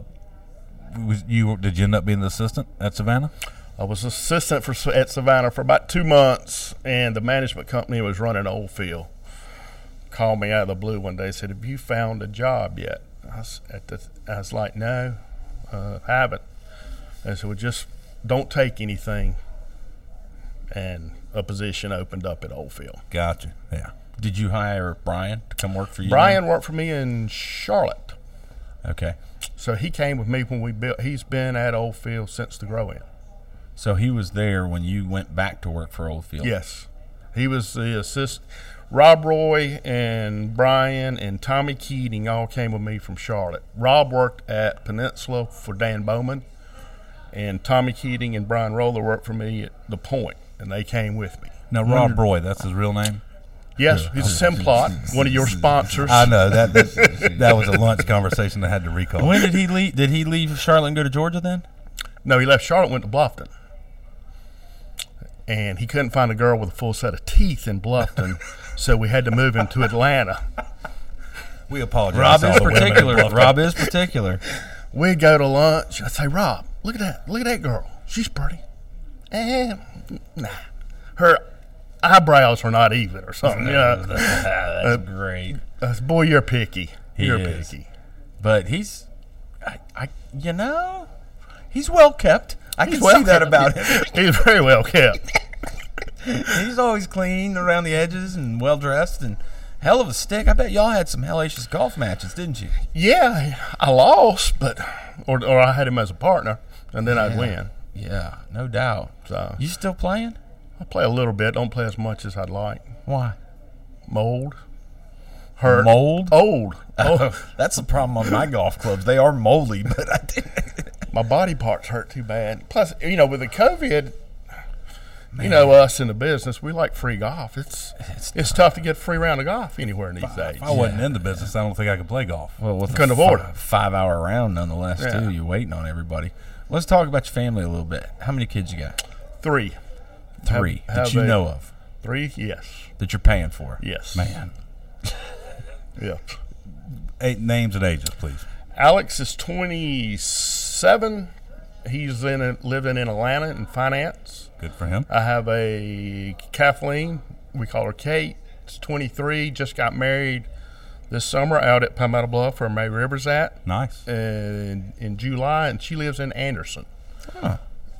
Speaker 7: was you did you end up being the assistant at Savannah?
Speaker 6: I was assistant for at Savannah for about two months, and the management company was running Oldfield. Called me out of the blue one day, said, "Have you found a job yet?" I was, at the, I was like, "No, uh, haven't." They said, "Well, just don't take anything." And a position opened up at Oldfield.
Speaker 7: Gotcha. Yeah.
Speaker 5: Did you hire Brian to come work for you? then?
Speaker 6: Brian worked for me in Charlotte,
Speaker 5: Okay.
Speaker 6: so he came with me when we built. He's been at Oldfield since the grow in.
Speaker 5: So he was there when you went back to work for Oldfield.
Speaker 6: Yes. He was the assist. Rob Roy and Brian and Tommy Keating all came with me from Charlotte. Rob worked at Peninsula for Dan Bowman, and Tommy Keating and Brian Roller worked for me at The Point, and they came with me.
Speaker 7: Now Rob Roy, that's his real name.
Speaker 6: Yes, he's a Simplot, one of your sponsors.
Speaker 7: I know that that, that was a lunch conversation I had to recall.
Speaker 5: When did he leave? Did he leave Charlotte and go to Georgia then?
Speaker 6: No, he left Charlotte, went to Bluffton. And he couldn't find a girl with a full set of teeth in Bluffton, so we had to move him to Atlanta.
Speaker 7: we apologize.
Speaker 5: Rob
Speaker 7: to all
Speaker 5: is
Speaker 7: the women in
Speaker 5: particular.
Speaker 7: Bluffton.
Speaker 5: Rob is particular.
Speaker 6: We'd go to lunch. I'd say, Rob, look at that. Look at that girl. She's pretty. Eh, nah. Her eyebrows are not even or something. Yeah.
Speaker 5: That's great.
Speaker 6: That's, uh, boy, you're picky.
Speaker 5: He
Speaker 6: you're
Speaker 5: is.
Speaker 6: picky.
Speaker 5: But he's, I, I, you know, he's well kept. I can
Speaker 6: well
Speaker 5: see that about him.
Speaker 6: He's very well kept.
Speaker 5: He's always clean around the edges and well dressed and hell of a stick. I bet y'all had some hellacious golf matches, didn't you?
Speaker 6: Yeah, I lost, but or or I had him as a partner, and then I'd win.
Speaker 5: Yeah, no doubt.
Speaker 7: Uh.
Speaker 6: So
Speaker 5: You still playing?
Speaker 6: I play a little bit. Don't play as much as I'd like.
Speaker 5: Why?
Speaker 6: Mold, hurt,
Speaker 5: Mold?
Speaker 6: old. Oh,
Speaker 5: That's the problem on my golf clubs. They are moldy, but I didn't.
Speaker 6: my body parts hurt too bad. Plus, you know, with the COVID, you know, us in the business, we like free golf. It's it's, tough to get a free round of golf anywhere these days.
Speaker 5: I
Speaker 7: I wasn't in the business. I don't think I could play golf.
Speaker 5: Well, with
Speaker 6: Couldn't
Speaker 5: a
Speaker 6: afford
Speaker 5: fi-
Speaker 6: it.
Speaker 5: five hour round, nonetheless,
Speaker 6: Yeah.
Speaker 5: too. You're waiting on everybody. Let's talk about your family a little bit. How many kids you got?
Speaker 6: Three,
Speaker 5: Three
Speaker 6: have
Speaker 5: that you
Speaker 6: a-
Speaker 5: know of
Speaker 6: three, yes,
Speaker 5: that you're paying for.
Speaker 6: yes,
Speaker 5: Man,
Speaker 6: yeah.
Speaker 7: Eight names and ages, please.
Speaker 6: Alex is twenty seven. He's in living in Atlanta in finance.
Speaker 7: Good for him.
Speaker 6: I have a Kathleen. We call her Kate. She's 23. Just got married this summer out at Palmetto Bluff, where May Rivers at,
Speaker 7: Nice.
Speaker 6: in, in July, and she lives in Anderson.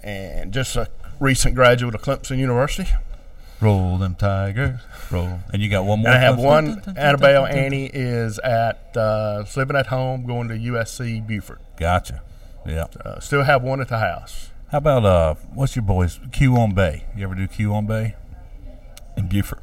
Speaker 6: And just a recent graduate of Clemson University.
Speaker 5: roll them tigers, roll.
Speaker 7: And you got one more.
Speaker 6: And I have
Speaker 7: Cliff?
Speaker 6: one. Annabelle Annie is at uh, is living at home, going to USC Buford.
Speaker 7: Gotcha. Yeah.
Speaker 6: Uh, still have one at the house.
Speaker 7: How about uh, what's your boys? Q on Bay. You ever do Q on Bay?
Speaker 5: And Buford.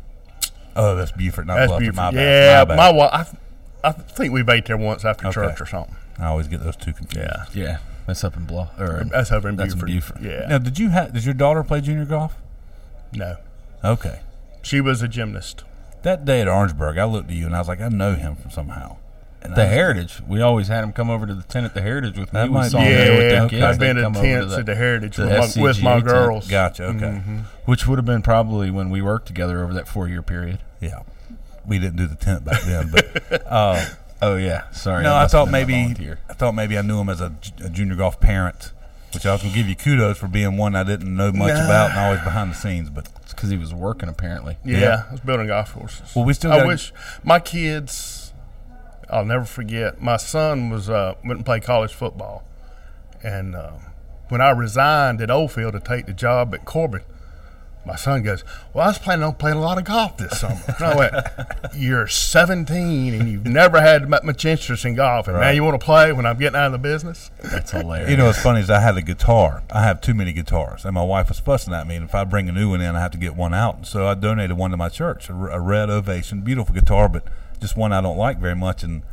Speaker 7: Oh, that's Buford, not
Speaker 6: That's
Speaker 7: Bluffton.
Speaker 6: Buford.
Speaker 7: My
Speaker 6: yeah,
Speaker 7: bad.
Speaker 6: my,
Speaker 7: my bad.
Speaker 6: wife. I, I think we've ate there once after church or something.
Speaker 7: I always get those two confused.
Speaker 6: Yeah.
Speaker 5: Yeah, that's up in Bluff. Or
Speaker 6: That's over in
Speaker 5: That's in
Speaker 6: Buford.
Speaker 5: Buford.
Speaker 6: Yeah.
Speaker 7: Now, did you have? Did your daughter play junior golf?
Speaker 6: No.
Speaker 7: Okay.
Speaker 6: She was a gymnast.
Speaker 7: That day at Orangeburg, I looked at you and I was like, I know him from somehow. And
Speaker 5: the
Speaker 7: I-
Speaker 5: Heritage. We always had him come over to the tent at the Heritage with me.
Speaker 7: That
Speaker 5: we
Speaker 7: might
Speaker 5: saw
Speaker 7: be-
Speaker 5: him there with
Speaker 6: Yeah,
Speaker 5: them kids.
Speaker 6: I've been
Speaker 5: They'd
Speaker 6: in
Speaker 5: come over
Speaker 6: tents
Speaker 5: to
Speaker 6: at the Heritage
Speaker 5: the
Speaker 6: with my, with
Speaker 5: SCGA
Speaker 6: my
Speaker 5: tent.
Speaker 6: girls.
Speaker 7: Gotcha. Okay.
Speaker 5: which would have been probably when we worked together over that four year period.
Speaker 7: Yeah. We didn't do the tent back then, but
Speaker 5: Oh yeah, sorry.
Speaker 7: no,
Speaker 5: I
Speaker 7: I
Speaker 5: must
Speaker 7: thought
Speaker 5: have been a
Speaker 7: maybe
Speaker 5: volunteer.
Speaker 7: I thought maybe I knew him as a, ju- a junior golf parent, which I was gonna give you kudos for being one I didn't know much about and always behind the scenes. But
Speaker 5: It's because he was working apparently.
Speaker 6: Yeah,
Speaker 7: Yeah.
Speaker 6: I was building golf courses.
Speaker 7: Well, we still
Speaker 6: I
Speaker 7: gotta-
Speaker 6: wish my kids. I'll never forget. My son was uh, went and played college football, and um, when I resigned at Oldfield to take the job at Corbin, my son goes, "Well, I was planning on playing a lot of golf this summer." And I went, "You're 17 and you've never had mu- much interest in golf, and now you want to play when I'm getting out of the business?"
Speaker 5: That's hilarious.
Speaker 7: you know, what's funny is I had a guitar. I have too many guitars, and my wife was fussing at me. And if I bring a new one in, I have to get one out. And so I donated one to my church, a, r- a red Ovation, beautiful guitar, but just one I don't like very much. And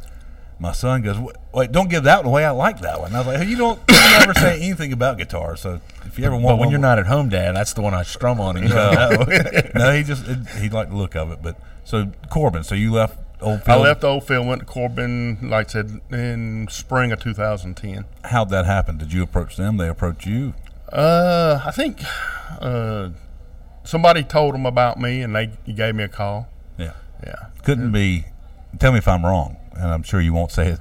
Speaker 7: my son goes, "Wait, "Wait, don't give that one away. I like that one." And I was like, hey, "You don't you never say anything about guitars, so if you ever want
Speaker 5: but when
Speaker 7: one,
Speaker 5: you're not at home, Dad, that's the one I strum on. And you go, "Oh."
Speaker 7: no, he just it, he liked the look of it. But so Corbin, so you left Old
Speaker 6: I
Speaker 7: Field.
Speaker 6: left Oldfield, went to Corbin, like I said, in spring of 2010.
Speaker 7: How'd that happen? Did you approach them? They approached you.
Speaker 6: Uh, I think uh, somebody told them about me, and they gave me a call.
Speaker 7: Yeah,
Speaker 6: Yeah,
Speaker 7: couldn't be. Tell me if I'm wrong, and I'm sure you won't say it.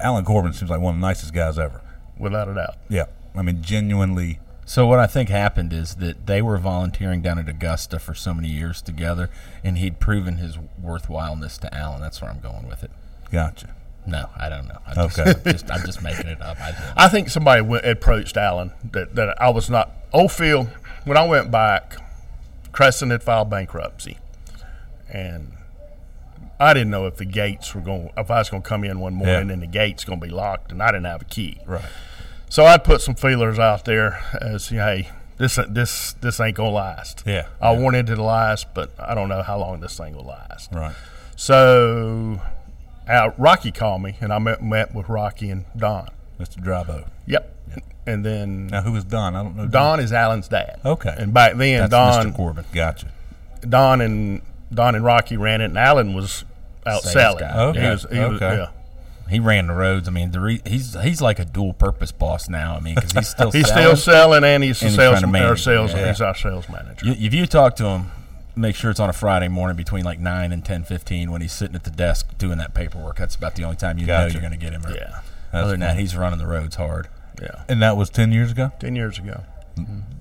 Speaker 7: Alan Corbin seems like one of the nicest guys ever.
Speaker 6: without a doubt.
Speaker 7: Yeah, I mean genuinely.
Speaker 5: So what I think happened is that they were volunteering down at Augusta for so many years together, and he'd proven his worthwhileness to Alan. That's where I'm going with it.
Speaker 7: Gotcha.
Speaker 5: No, I don't know. I just,
Speaker 7: Okay.
Speaker 5: I'm, just, I'm just making it up. I don't.
Speaker 6: I think somebody went, approached Allen that, that I was not. Oldfield, when I went back, Crescent had filed bankruptcy, and I didn't know if the gates were going. If I was going to come in one morning
Speaker 7: Yeah.
Speaker 6: and the gates going to be locked, and I didn't have a key.
Speaker 7: Right.
Speaker 6: So I put some feelers out there as hey, this this this ain't gonna last.
Speaker 7: Yeah,
Speaker 6: I wanted it to last, but I don't know how long this thing will last.
Speaker 7: Right.
Speaker 6: So uh, Rocky called me, and I met, met with Rocky and Don.
Speaker 7: Mr. Drabo.
Speaker 6: Yep. And then
Speaker 7: Now who is Don? I don't know.
Speaker 6: Don is Alan's dad.
Speaker 7: Okay.
Speaker 6: And back then,
Speaker 7: That's
Speaker 6: Don
Speaker 7: Mr. Corbin. Gotcha.
Speaker 6: Don and Don and Rocky ran it, and Alan was out
Speaker 5: Sales
Speaker 6: selling.
Speaker 5: guy.
Speaker 7: Okay.
Speaker 6: He was, he was-
Speaker 7: Okay.
Speaker 6: yeah.
Speaker 5: He ran the roads. I mean, the re- he's he's like a dual purpose boss now. I mean, because he's still
Speaker 6: He's still
Speaker 5: selling.
Speaker 6: selling, and he's,
Speaker 5: And he's
Speaker 6: a
Speaker 5: trying
Speaker 6: sales,
Speaker 5: to
Speaker 6: our
Speaker 5: manage it,
Speaker 6: sales
Speaker 5: yeah.
Speaker 6: He's our sales manager.
Speaker 5: You, if you talk to him, make sure it's on a Friday morning between like nine and ten fifteen when he's sitting at the desk doing that paperwork. That's about the only time you know
Speaker 7: Gotcha.
Speaker 5: you're going to get him. Or,
Speaker 6: Yeah.
Speaker 5: Other than that, he's running the roads hard.
Speaker 6: yeah.
Speaker 7: And that was ten years ago.
Speaker 6: Ten years ago.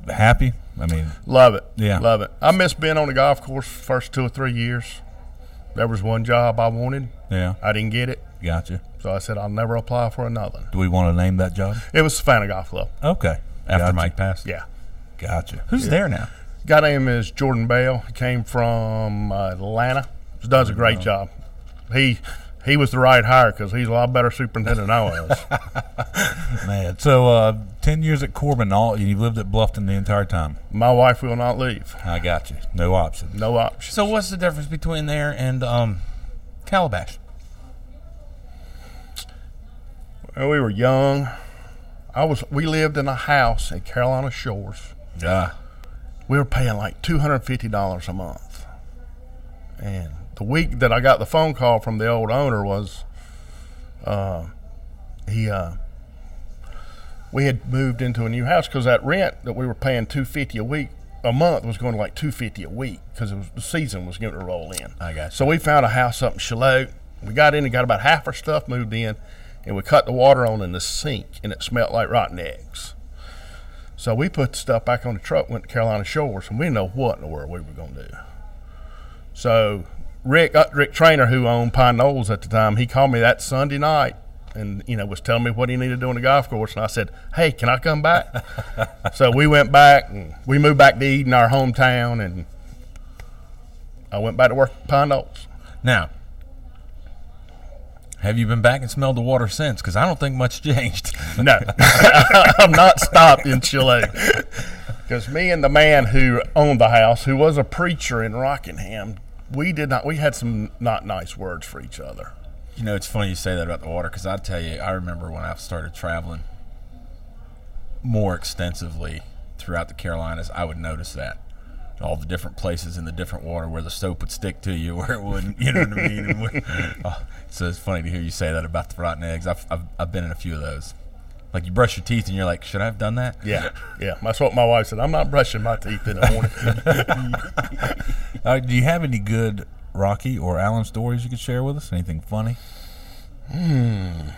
Speaker 7: Happy. I mean,
Speaker 6: Love it.
Speaker 7: Yeah.
Speaker 6: Love it. I miss being on the golf course the first two or three years. There was one job I wanted.
Speaker 7: yeah.
Speaker 6: I didn't get it.
Speaker 7: Gotcha.
Speaker 6: So I said I'll never apply for another.
Speaker 7: Do we want to name that job?
Speaker 6: It was Savannah Golf Club.
Speaker 7: Okay.
Speaker 5: after
Speaker 7: Gotcha.
Speaker 5: Mike passed.
Speaker 6: Yeah.
Speaker 7: Gotcha.
Speaker 5: Who's there now?
Speaker 6: Guy name is Jordan Bale. He came from uh, Atlanta. Does a great job. He he was the right hire because he's a lot better superintendent than I was.
Speaker 7: Man, so uh, ten years at Corbin, all you lived at Bluffton the entire time.
Speaker 6: My wife will not leave.
Speaker 7: I got you. No option.
Speaker 6: No option.
Speaker 5: So what's the difference between there and um, Calabash?
Speaker 6: And we were young. I was. We lived in a house in Carolina Shores.
Speaker 7: Yeah.
Speaker 6: We were paying like two hundred fifty dollars a month. And the week that I got the phone call from the old owner was, uh, he. Uh, we had moved into a new house because that rent that we were paying two fifty a week a month was going to like two fifty a week because it was the season was getting to roll in.
Speaker 5: I got you.
Speaker 6: So we found a house up in Shallot. We got in and got about half our stuff moved in, and we cut the water on in the sink, and it smelled like rotten eggs. So we put the stuff back on the truck, went to Carolina Shores, and we didn't know what in the world we were going to do. So Rick, uh, Rick Trainer, who owned Pine Knolls at the time, he called me that Sunday night and, you know, was telling me what he needed to do on the golf course. And I said, hey, can I come back? so we went back and we moved back to Eden, our hometown, and I went back to work at Pine Knolls.
Speaker 5: Now, have you been back and smelled the water since? Because I don't think much changed.
Speaker 6: No, I'm not stopped in Chile. Because me and the man who owned the house, who was a preacher in Rockingham, we did not. We had some not nice words for each other.
Speaker 5: You know, it's funny you say that about the water because I tell you, I remember when I started traveling more extensively throughout the Carolinas, I would notice that. All the different places in the different water where the soap would stick to you, where it wouldn't, you know what I mean? And where- oh, so it's funny to hear you say that about the rotten eggs. I've, I've, I've been in a few of those. Like you brush your teeth and you're like, should I have done that?
Speaker 6: Yeah, yeah. That's what my wife said. I'm not brushing my teeth in the morning.
Speaker 7: Uh, do you have any good Rocky or Allen stories you could share with us? Anything funny? Hmm.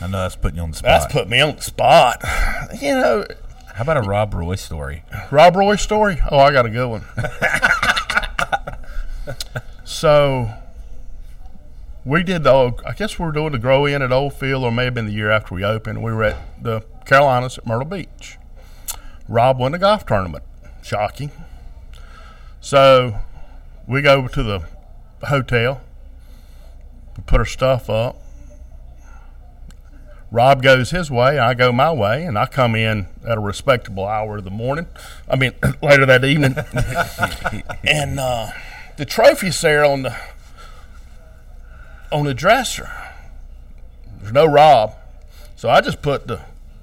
Speaker 7: I know that's putting you on the spot.
Speaker 6: That's put me on the spot. You know,
Speaker 5: How about a Rob Roy story?
Speaker 6: Rob Roy story? Oh, I got a good one. so we did the old, I guess we were doing the grow in at Old Field, or maybe been the year after we opened. We were at the Carolinas at Myrtle Beach. Rob won the golf tournament. Shocking. So we go to the hotel. We put our stuff up. Rob goes his way, I go my way, and I come in at a respectable hour of the morning. I mean, later that evening. and uh, the trophy's there on the on the dresser. There's no Rob, so I just put the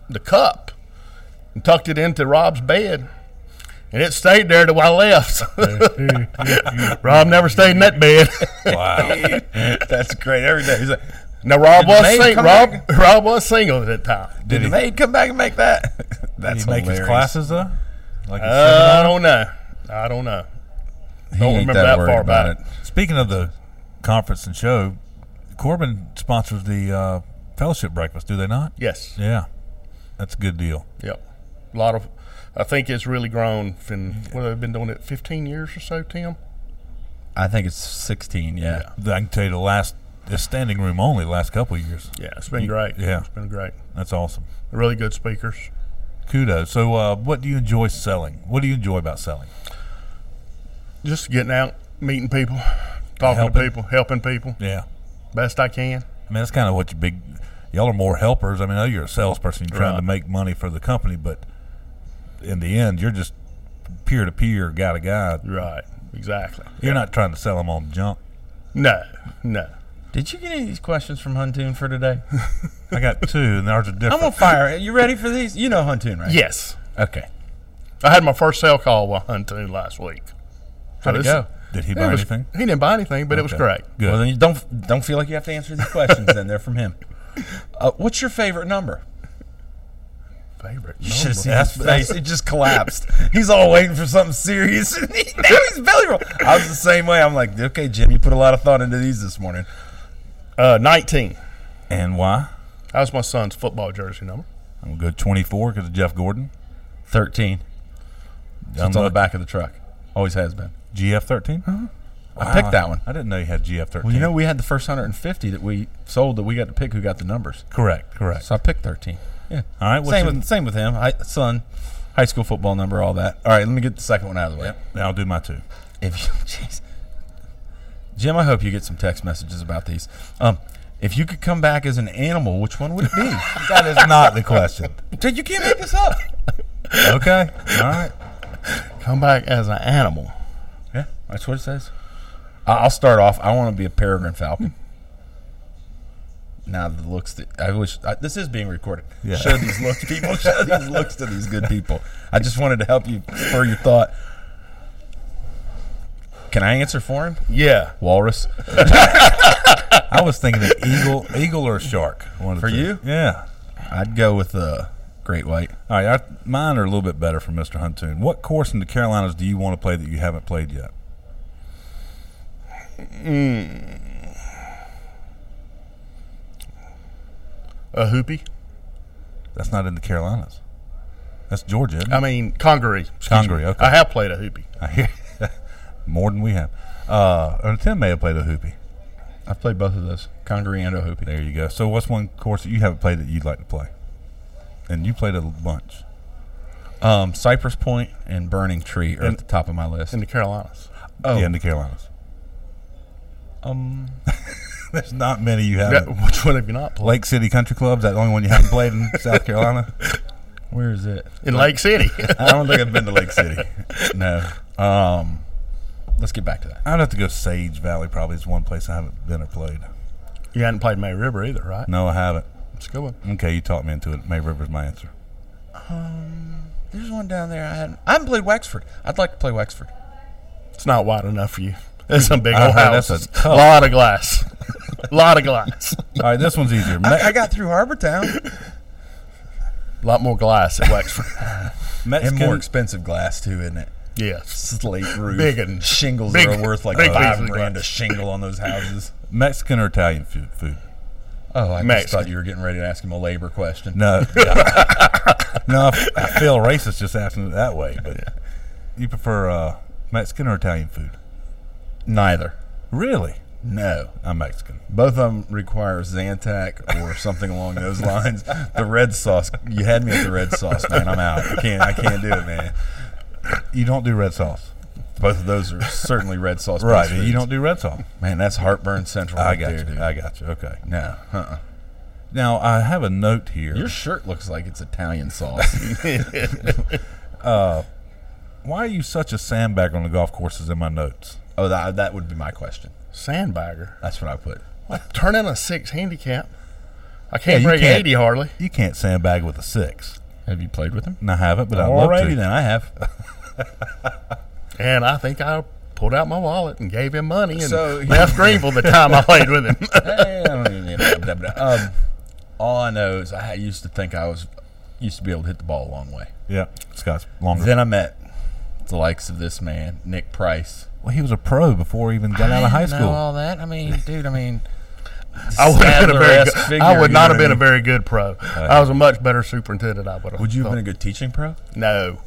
Speaker 6: the cup and tucked it into Rob's bed, and it stayed there till I left. Rob never stayed in that bed.
Speaker 7: wow.
Speaker 5: That's great. Every day. He's like,
Speaker 6: now Rob
Speaker 5: Did the
Speaker 6: was
Speaker 5: maid
Speaker 6: sing-
Speaker 5: come
Speaker 6: Rob Rob was single at that time.
Speaker 5: did, the maid come back and make that? That's
Speaker 7: Did he make his
Speaker 5: hilarious.
Speaker 7: classes though? Like his
Speaker 6: Uh, I
Speaker 7: seminar?
Speaker 6: don't know. I don't know.
Speaker 5: He
Speaker 6: don't
Speaker 5: ain't
Speaker 6: remember that
Speaker 5: worried
Speaker 6: far back.
Speaker 7: Speaking of the conference and show, Corbin sponsors the uh, fellowship breakfast. Do they not?
Speaker 6: Yes.
Speaker 7: Yeah, that's a good deal.
Speaker 6: Yep. A lot of, I think it's really grown. From what they've been doing it, fifteen years or so, Tim.
Speaker 5: I think it's 16, yeah.
Speaker 7: I can tell you the last the standing room only the last couple of years.
Speaker 6: Yeah, it's been great.
Speaker 7: yeah.
Speaker 6: it's been great.
Speaker 7: That's awesome.
Speaker 6: Really good speakers.
Speaker 7: Kudos. So, uh, what do you enjoy selling? What do you enjoy about selling?
Speaker 6: Just getting out, meeting people, talking
Speaker 7: Helping.
Speaker 6: to people, helping people
Speaker 7: Yeah,
Speaker 6: best I can.
Speaker 7: I mean that's kind of what you big. Y'all are more helpers. I mean, I know you're a salesperson. You're trying to
Speaker 6: Right.
Speaker 7: make money for the company, but in the end, you're just peer to peer, guy to guy.
Speaker 6: Right. Exactly.
Speaker 7: You're not trying to sell them on junk.
Speaker 6: No. No.
Speaker 5: Did you get any of these questions from Huntoon for today?
Speaker 7: I got two, and ours are different.
Speaker 5: I'm on fire. You ready for these? You know Huntoon, right?
Speaker 6: Yes.
Speaker 5: Okay.
Speaker 6: I had my first sale call while hunting last week.
Speaker 5: How'd it
Speaker 6: this-
Speaker 5: go?
Speaker 7: Did he
Speaker 6: It
Speaker 7: buy
Speaker 6: was-
Speaker 7: anything?
Speaker 6: He didn't buy anything, but it was
Speaker 7: Okay.
Speaker 6: great.
Speaker 7: Good.
Speaker 5: Well, then you don't don't feel like you have to answer these questions. then they're from him. Uh, what's your favorite number?
Speaker 6: Favorite.
Speaker 5: You should have seen
Speaker 7: That's-
Speaker 5: his face. It just collapsed. He's all waiting for something serious, and he, now he's belly roll. I was the same way. I'm like, okay, Jim, you put a lot of thought into these this morning.
Speaker 6: Uh, Nineteen.
Speaker 7: and why?
Speaker 6: That was my son's football jersey number.
Speaker 7: I'm gonna go 24 because of Jeff Gordon.
Speaker 5: Thirteen. It's on the
Speaker 7: Unlucky.
Speaker 5: back of the truck. Always has been.
Speaker 7: GF13.
Speaker 5: I picked that one.
Speaker 7: I didn't know you had GF13.
Speaker 5: Well, you know, we had the first 150 that we sold that we got to pick who got the numbers.
Speaker 7: correct, correct.
Speaker 5: So I picked 13. Yeah.
Speaker 7: All right, what's
Speaker 5: Same
Speaker 7: your-
Speaker 5: with same with him. Hi, son, high school football number, all that. All right. Let me get the second one out of the way.
Speaker 7: Now I'll do my two.
Speaker 5: If you, jeez. Jim, I hope you get some text messages about these. Um, if you could come back as an animal, which one would it be?
Speaker 7: That is not the question.
Speaker 5: Dude, you can't make this up.
Speaker 7: Okay. All right.
Speaker 6: Come back as an animal.
Speaker 5: Yeah, that's what it says. I- I'll start off. I want to be a peregrine falcon. Now the looks that I wish I, this is being recorded.
Speaker 7: Yeah.
Speaker 5: Show these looks, people. Show these looks to these good people. I just wanted to help you spur your thought. Can I answer for him?
Speaker 6: Yeah.
Speaker 5: Walrus.
Speaker 7: I was thinking of eagle, eagle or shark. One of the
Speaker 5: For
Speaker 7: two.
Speaker 5: you?
Speaker 7: Yeah.
Speaker 5: I'd go with uh, great white.
Speaker 7: All right. Our, mine are a little bit better for Mister Huntoon. What course in the Carolinas do you want to play that you haven't played yet?
Speaker 6: A hoopy.
Speaker 7: That's not in the Carolinas. That's Georgia. Isn't it?
Speaker 6: I mean, congaree. excuse
Speaker 7: Congaree,
Speaker 6: me.
Speaker 7: okay.
Speaker 6: I have played a hoopy.
Speaker 7: I hear more than we have. Uh, or Tim may have played a hoopy.
Speaker 5: I've played both of those, Congaree and Ohoopee.
Speaker 7: There you go. So, what's one course that you haven't played that you'd like to play? And you played a bunch.
Speaker 5: Um, Cypress Point and Burning Tree are
Speaker 7: And-
Speaker 5: at the top of my list.
Speaker 6: in the Carolinas.
Speaker 5: oh,
Speaker 7: Yeah, in the Carolinas.
Speaker 5: um,
Speaker 7: There's not many you
Speaker 6: Yeah,
Speaker 7: haven't.
Speaker 6: which one have you not played?
Speaker 7: Lake City Country Club is that the only one you haven't played in South Carolina?
Speaker 5: where is it?
Speaker 6: In Lake City.
Speaker 7: I don't think I've been to Lake City.
Speaker 5: No. Um, let's get back to that.
Speaker 7: I'd have to go Sage Valley. Probably is one place I haven't been or played.
Speaker 6: you hadn't played May River either, right?
Speaker 7: No, I haven't.
Speaker 6: It's a good one.
Speaker 7: Okay, you talked me into it. May River's my answer.
Speaker 5: There's one down there. I hadn't, I haven't played Wexford. I'd like to play Wexford.
Speaker 6: It's not wide enough for you. It's some big
Speaker 7: I
Speaker 6: old
Speaker 7: heard
Speaker 6: house.
Speaker 7: that's a
Speaker 6: a lot of glass. a lot of glass.
Speaker 7: All right, this one's easier. Met,
Speaker 5: I got through Harbor Town
Speaker 6: A lot more glass at Wexford.
Speaker 5: and
Speaker 7: Mexican,
Speaker 5: more expensive glass too, isn't it?
Speaker 6: yes.
Speaker 5: Slate roof,
Speaker 6: Big and-
Speaker 5: shingles
Speaker 6: big-
Speaker 5: are worth like
Speaker 6: big
Speaker 5: five
Speaker 6: pieces of
Speaker 5: grand a
Speaker 6: glass.
Speaker 5: shingle on those houses.
Speaker 7: Mexican or Italian food? food?
Speaker 5: Oh, I just
Speaker 6: Mexican.
Speaker 5: thought you were getting ready to ask him a labor question.
Speaker 7: No, no, I, f- I feel racist just asking it that way. But you prefer uh, Mexican or Italian food?
Speaker 5: Neither.
Speaker 7: Really?
Speaker 5: No.
Speaker 7: I'm Mexican.
Speaker 5: Both of them require Zantac or something along those lines. The red sauce, you had me at the red sauce, man. I'm out. I can't, I can't do it, man.
Speaker 7: You don't do red sauce,
Speaker 5: Both of those are certainly red sauce.
Speaker 7: right?
Speaker 5: based
Speaker 7: You
Speaker 5: foods.
Speaker 7: don't do red sauce.
Speaker 5: Man, that's heartburn central.
Speaker 7: I
Speaker 5: right
Speaker 7: got
Speaker 5: there,
Speaker 7: you.
Speaker 5: dude.
Speaker 7: I got you. Okay.
Speaker 5: no, uh-uh.
Speaker 7: Now I have a note here.
Speaker 5: your shirt looks like it's Italian sauce.
Speaker 7: Why are you such a sandbag on the golf courses? In my notes.
Speaker 5: oh, that, that would be my question.
Speaker 6: Sandbagger.
Speaker 5: That's what I put.
Speaker 6: Turn in a six handicap. I can't
Speaker 7: you
Speaker 6: break
Speaker 7: can't.
Speaker 6: 80 hardly.
Speaker 7: You can't sandbag with a six.
Speaker 5: Have you played with him?
Speaker 7: And I haven't, but I love
Speaker 5: Alrighty
Speaker 7: to.
Speaker 5: then, I have.
Speaker 6: And I think I pulled out my wallet and gave him money and
Speaker 5: So-
Speaker 6: left Greenville the time I played with him.
Speaker 5: Eh, I don't even need that, blah, blah, blah. Um, all I know is I used to think I was used to be able to hit the ball a long way.
Speaker 7: Yeah, Scott's longer.
Speaker 5: Then I met the likes of this man, Nick Price.
Speaker 7: well, he was a pro before he even got out of high
Speaker 5: I didn't
Speaker 7: school.
Speaker 5: Know all that. I mean, dude. I mean,
Speaker 6: I would, have been a very
Speaker 5: Sadler-esque
Speaker 6: good-
Speaker 5: figure,
Speaker 6: I would
Speaker 5: you
Speaker 6: not
Speaker 5: know
Speaker 6: have been
Speaker 5: what
Speaker 6: a very good pro. I was a much better superintendent. I would have.
Speaker 5: Would you have been a good teaching pro?
Speaker 6: a- no.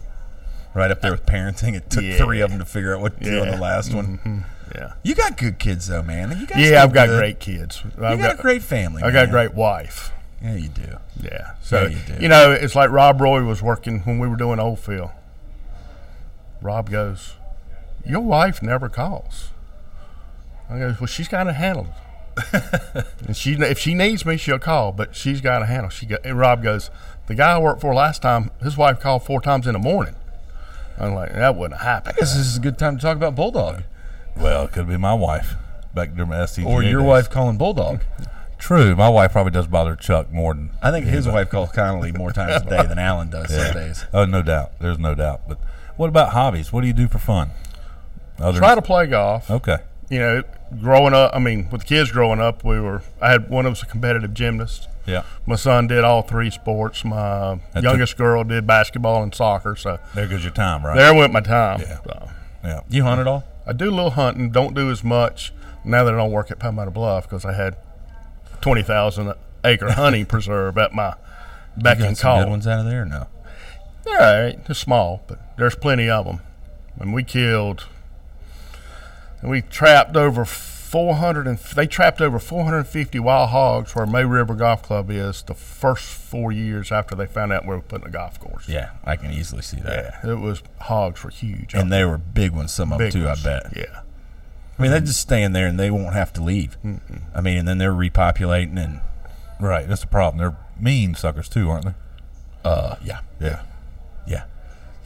Speaker 5: Right up there with parenting. It took
Speaker 6: Yeah.
Speaker 5: three of them to figure out what to do on
Speaker 6: Yeah.
Speaker 5: the last one.
Speaker 6: Yeah.
Speaker 5: You got good kids though, man. You guys do
Speaker 6: Yeah, I've got
Speaker 5: good.
Speaker 6: great kids.
Speaker 5: You
Speaker 6: I've
Speaker 5: got, a great family.
Speaker 6: I got a
Speaker 5: man.
Speaker 6: great wife.
Speaker 5: Yeah, you do.
Speaker 6: Yeah. So
Speaker 5: you do.
Speaker 6: you, know, it's like Rob Roy was working when we were doing Old Field. Rob goes, Your wife never calls. I goes, Well, she's got it handled. and she if she needs me, she'll call, but she's got it handled. She go, and Rob goes, The guy I worked for last time, his wife called four times in the morning. I'm like, that wouldn't happen.
Speaker 5: This is a good time to talk about bulldog
Speaker 7: Well, it could be my wife back during my SCGA
Speaker 5: or your
Speaker 7: days.
Speaker 5: wife calling bulldog.
Speaker 7: True, my wife probably does bother Chuck more than
Speaker 5: I think his wife calls Connolly more times a day than Alan does these days.
Speaker 7: Oh, no doubt. There's no doubt. But what about hobbies? What do you do for fun? Other
Speaker 6: Try to play golf.
Speaker 7: okay.
Speaker 6: You know, growing up I mean, with the kids growing up, we were I had one of us a competitive gymnast.
Speaker 7: Yeah,
Speaker 6: My son did all three sports. My
Speaker 7: That's
Speaker 6: youngest girl did basketball and soccer. So
Speaker 7: there goes your time, right?
Speaker 6: there went my time.
Speaker 7: Yeah.
Speaker 6: So,
Speaker 7: Yeah,
Speaker 5: You hunt at all?
Speaker 6: I do a little hunting. Don't do as much now that I don't work at Palmetto Bluff because I had twenty thousand acre hunting preserve at my back
Speaker 5: You
Speaker 6: in
Speaker 5: got some good
Speaker 6: call.
Speaker 5: ones out of there? or No.
Speaker 6: All right, they're small, but there's plenty of them. And we killed, and we trapped over 400 and they trapped over 450 wild hogs where May River Golf Club is the first four years after they found out we were putting a golf course.
Speaker 5: Yeah, I can easily see that.
Speaker 6: Yeah, it was hogs were huge.
Speaker 5: And they were big ones, some of them
Speaker 6: Big
Speaker 5: too,
Speaker 6: ones.
Speaker 5: I bet.
Speaker 6: Yeah,
Speaker 5: I mean, they just stay in there and they won't have to leave. I mean, and then they're repopulating and,
Speaker 7: Right, that's the problem. They're mean suckers too, aren't they?
Speaker 5: uh, yeah.
Speaker 7: Yeah.
Speaker 5: Yeah.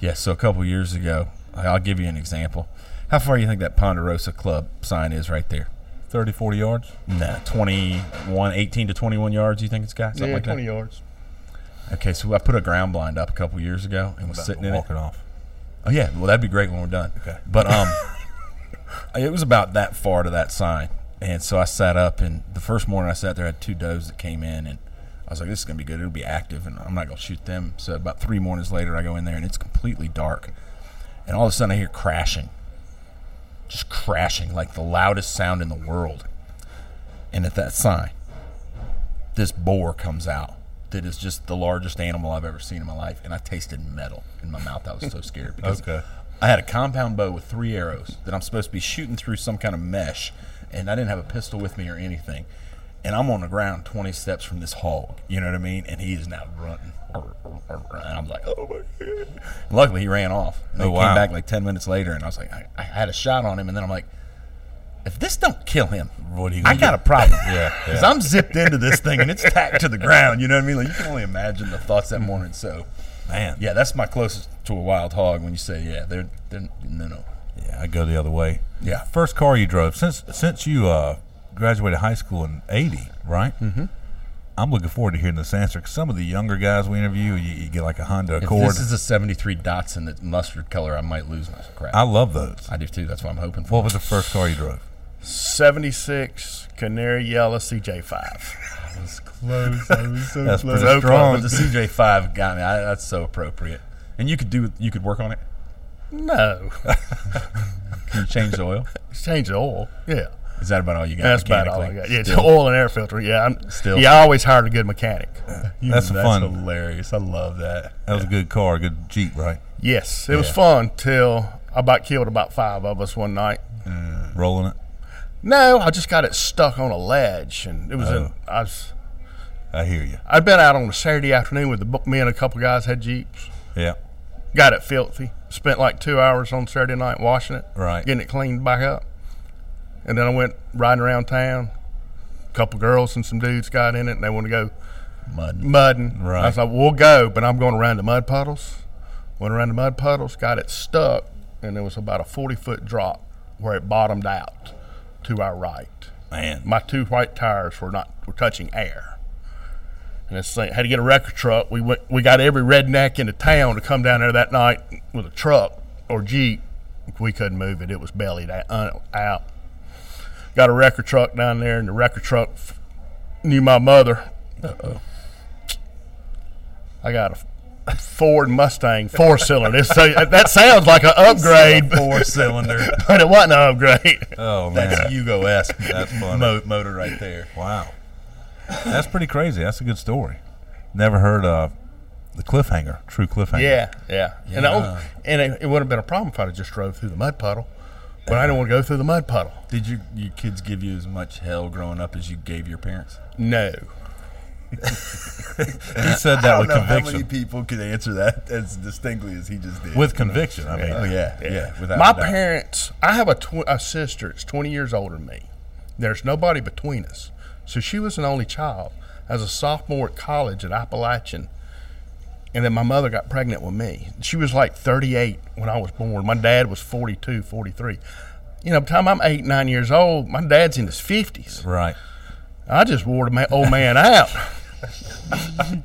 Speaker 5: Yeah. So a couple years ago, I- I'll give you an example. How far do you think that Ponderosa Club sign is right there?
Speaker 7: 30, 40 yards.
Speaker 5: Nah, 21, 18 to 21 yards, you think it's got? Something
Speaker 6: yeah
Speaker 5: like
Speaker 6: 20
Speaker 5: that?
Speaker 6: yards.
Speaker 5: Okay, so I put a ground blind up a couple years ago and was sitting in it.
Speaker 7: walking off.
Speaker 5: Oh, yeah. Well, that'd be great when we're done.
Speaker 7: Okay.
Speaker 5: But um, it was about that far to that sign. And so I sat up, and the first morning I sat there, I had two does that came in, and I was like, this is going to be good. It'll be active, and I'm not going to shoot them. So about three mornings later, I go in there, and it's completely dark. And all of a sudden, I hear crashing. Just crashing, like the loudest sound in the world. And at that sign, this boar comes out that is just the largest animal I've ever seen in my life. And I tasted metal in my mouth. I was so scared because
Speaker 7: Okay.
Speaker 5: I had a compound bow with three arrows that I'm supposed to be shooting through some kind of mesh, and I didn't have a pistol with me or anything. And I'm on the ground 20 steps from this hog, you know what I mean? And he is now grunting. And I'm like, oh my God. Luckily, he ran off. And then
Speaker 7: Oh,
Speaker 5: he
Speaker 7: wow.
Speaker 5: came back like 10 minutes later, and I was like, I, I had a shot on him, and then I'm like, if this don't kill him,
Speaker 7: What are you
Speaker 5: I
Speaker 7: gonna
Speaker 5: got
Speaker 7: do?
Speaker 5: a problem.
Speaker 7: Yeah,
Speaker 5: Because I'm zipped into this thing and it's tacked to the ground. You know what I mean? Like you can only imagine the thoughts that morning. So,
Speaker 7: Man.
Speaker 5: yeah, that's my closest to a wild hog. When you say, yeah, they're they're no no.
Speaker 7: Yeah, I go the other way.
Speaker 5: Yeah.
Speaker 7: First car you drove since since you uh, graduated high school in '80, right? Mm-hmm. I'm looking forward to hearing this answer because some of the younger guys we interview, you, you get like a Honda
Speaker 5: If
Speaker 7: Accord.
Speaker 5: this is a '73 Datsun that's mustard color, I might lose my crap.
Speaker 7: I love those.
Speaker 5: I do too. That's what I'm hoping for.
Speaker 7: What was the first car you drove?
Speaker 6: 76 Canary Yellow CJ5.
Speaker 5: close.
Speaker 7: That's pretty
Speaker 6: Oakland.
Speaker 7: strong.
Speaker 5: But the CJ5 got me. I, that's so appropriate. And you could do. You could work on it.
Speaker 6: No,
Speaker 5: Can you change the oil?
Speaker 6: change the oil. Yeah.
Speaker 5: Is that about all you got?
Speaker 6: That's about all I
Speaker 5: mechanically?
Speaker 6: got. Yeah, it's
Speaker 5: Still.
Speaker 6: oil and air filter. Yeah, I'm
Speaker 5: Still.
Speaker 6: still. Yeah, I always hired a good mechanic.
Speaker 5: You-
Speaker 7: That's fun.
Speaker 5: hilarious. I love that.
Speaker 7: That was a good car, a good Jeep, right?
Speaker 6: Yes, it was fun till I about killed about five of us one night.
Speaker 7: Rolling it.
Speaker 6: No, I just got it stuck on a ledge, and it was in. I was.
Speaker 7: I hear you.
Speaker 6: I'd been out on a Saturday afternoon with the book. Me and a couple guys had jeeps.
Speaker 7: Yeah.
Speaker 6: Got it filthy. Spent like two hours on Saturday night washing it,
Speaker 7: Right.
Speaker 6: Getting it cleaned back up, and then I went riding around town. A couple girls and some dudes got in it, and they want to go
Speaker 5: Mud.
Speaker 6: mudding. I
Speaker 7: Right.
Speaker 6: was like, we'll go, but I'm going around the mud puddles. Went around the mud puddles, got it stuck, and there was about a 40 foot drop where it bottomed out to our right.
Speaker 7: Man.
Speaker 6: My two white tires were not were touching air. And this thing had to get a wrecker truck. We went, we got every redneck in the town to come down there that night with a truck or jeep. We couldn't move it; it was bellied out. out. Got a wrecker truck down there, and the wrecker truck f- knew my mother I got a f- Ford Mustang four cylinder. So that sounds like an upgrade,
Speaker 5: Four cylinder.
Speaker 6: but it wasn't an upgrade.
Speaker 7: Oh man.
Speaker 5: That's Hugo S.
Speaker 7: That's funny.
Speaker 5: mo- motor right there.
Speaker 7: Wow. That's pretty crazy. That's a good story. Never heard uh, of the cliffhanger, true cliffhanger.
Speaker 6: Yeah, yeah. And, I, was- and it, it would have been a problem if I'd have just drove through the mud puddle, but I didn't want to go through the mud puddle.
Speaker 5: Did your your kids give you as much hell growing up as you gave your parents?
Speaker 6: No.
Speaker 7: He said that with conviction.
Speaker 5: people could answer that as distinctly as he just did.
Speaker 7: With conviction, I mean.
Speaker 5: oh yeah, yeah. without
Speaker 6: My
Speaker 5: a doubt.
Speaker 6: parents, I have a, tw- a sister that's 20 years older than me. There's nobody between us. So she was an only child. As a sophomore at college at Appalachian, and then my mother got pregnant with me. She was like 38 when I was born. My dad was 42, 43. You know, by the time I'm eight, nine years old, my dad's in his 50s.
Speaker 7: Right.
Speaker 6: I just wore the ma- old man out.
Speaker 5: I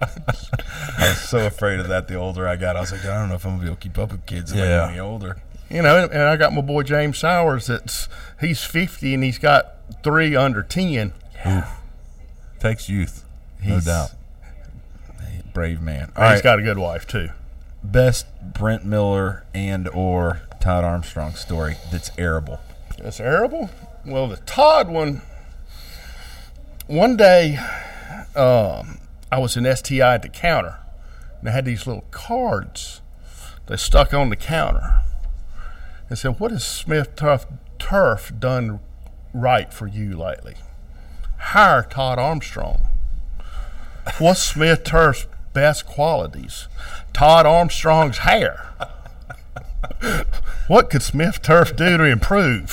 Speaker 5: was so afraid of that. The older I got, I was like, I don't know if I'm gonna be able to keep up with kids. Yeah.
Speaker 7: Yeah.
Speaker 5: Like, any older.
Speaker 6: You know, and I got my boy James Sowers that's, he's 50 and he's got three under 10.
Speaker 7: Takes youth.
Speaker 5: He's-
Speaker 7: no doubt.
Speaker 5: Brave man. All
Speaker 6: He's
Speaker 5: right.
Speaker 6: got a good wife too.
Speaker 5: Best Brent Miller and or Todd Armstrong story that's arable.
Speaker 6: That's arable. Well, the Todd one. One day, um, I was in STI at the counter, and they had these little cards they stuck on the counter. And said, "What has Smith Turf Turf done right for you lately. Hire Todd Armstrong. What's Smith Turf's best qualities? Todd Armstrong's hair. What could Smith Turf do to improve?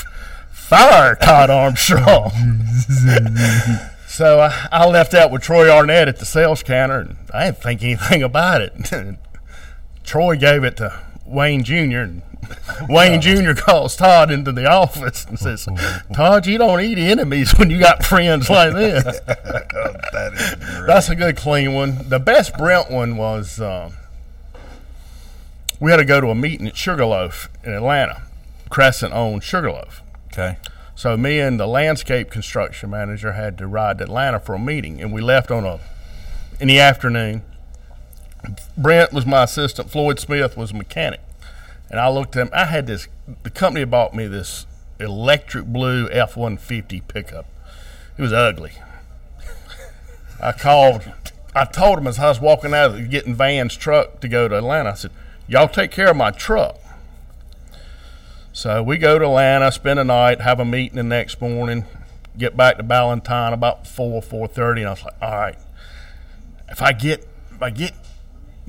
Speaker 6: Fire Todd Armstrong. so I, I left out with Troy Arnett at the sales counter, and I didn't think anything about it. Troy gave it to Wayne Jr. and Wayne Jr. calls Todd into the office and says, "Todd, you don't need enemies when you got friends like this."
Speaker 7: That is great.
Speaker 6: That's a good clean one. The best Brent one was um, we had to go to a meeting at Sugarloaf in Atlanta. Crescent owned Sugarloaf.
Speaker 7: Okay.
Speaker 6: So me and the landscape construction manager had to ride to Atlanta for a meeting, and we left on a in the afternoon. Brent was my assistant. Floyd Smith was a mechanic, and I looked at him. I had this. The company had bought me this electric blue F one fifty pickup. It was ugly. I called. I told him as I was walking out, of getting Van's truck to go to Atlanta. I said, "Y'all take care of my truck." So we go to Atlanta, spend a night, have a meeting the next morning, get back to Ballantyne about four, four thirty, and I was like, all right, if I get if I get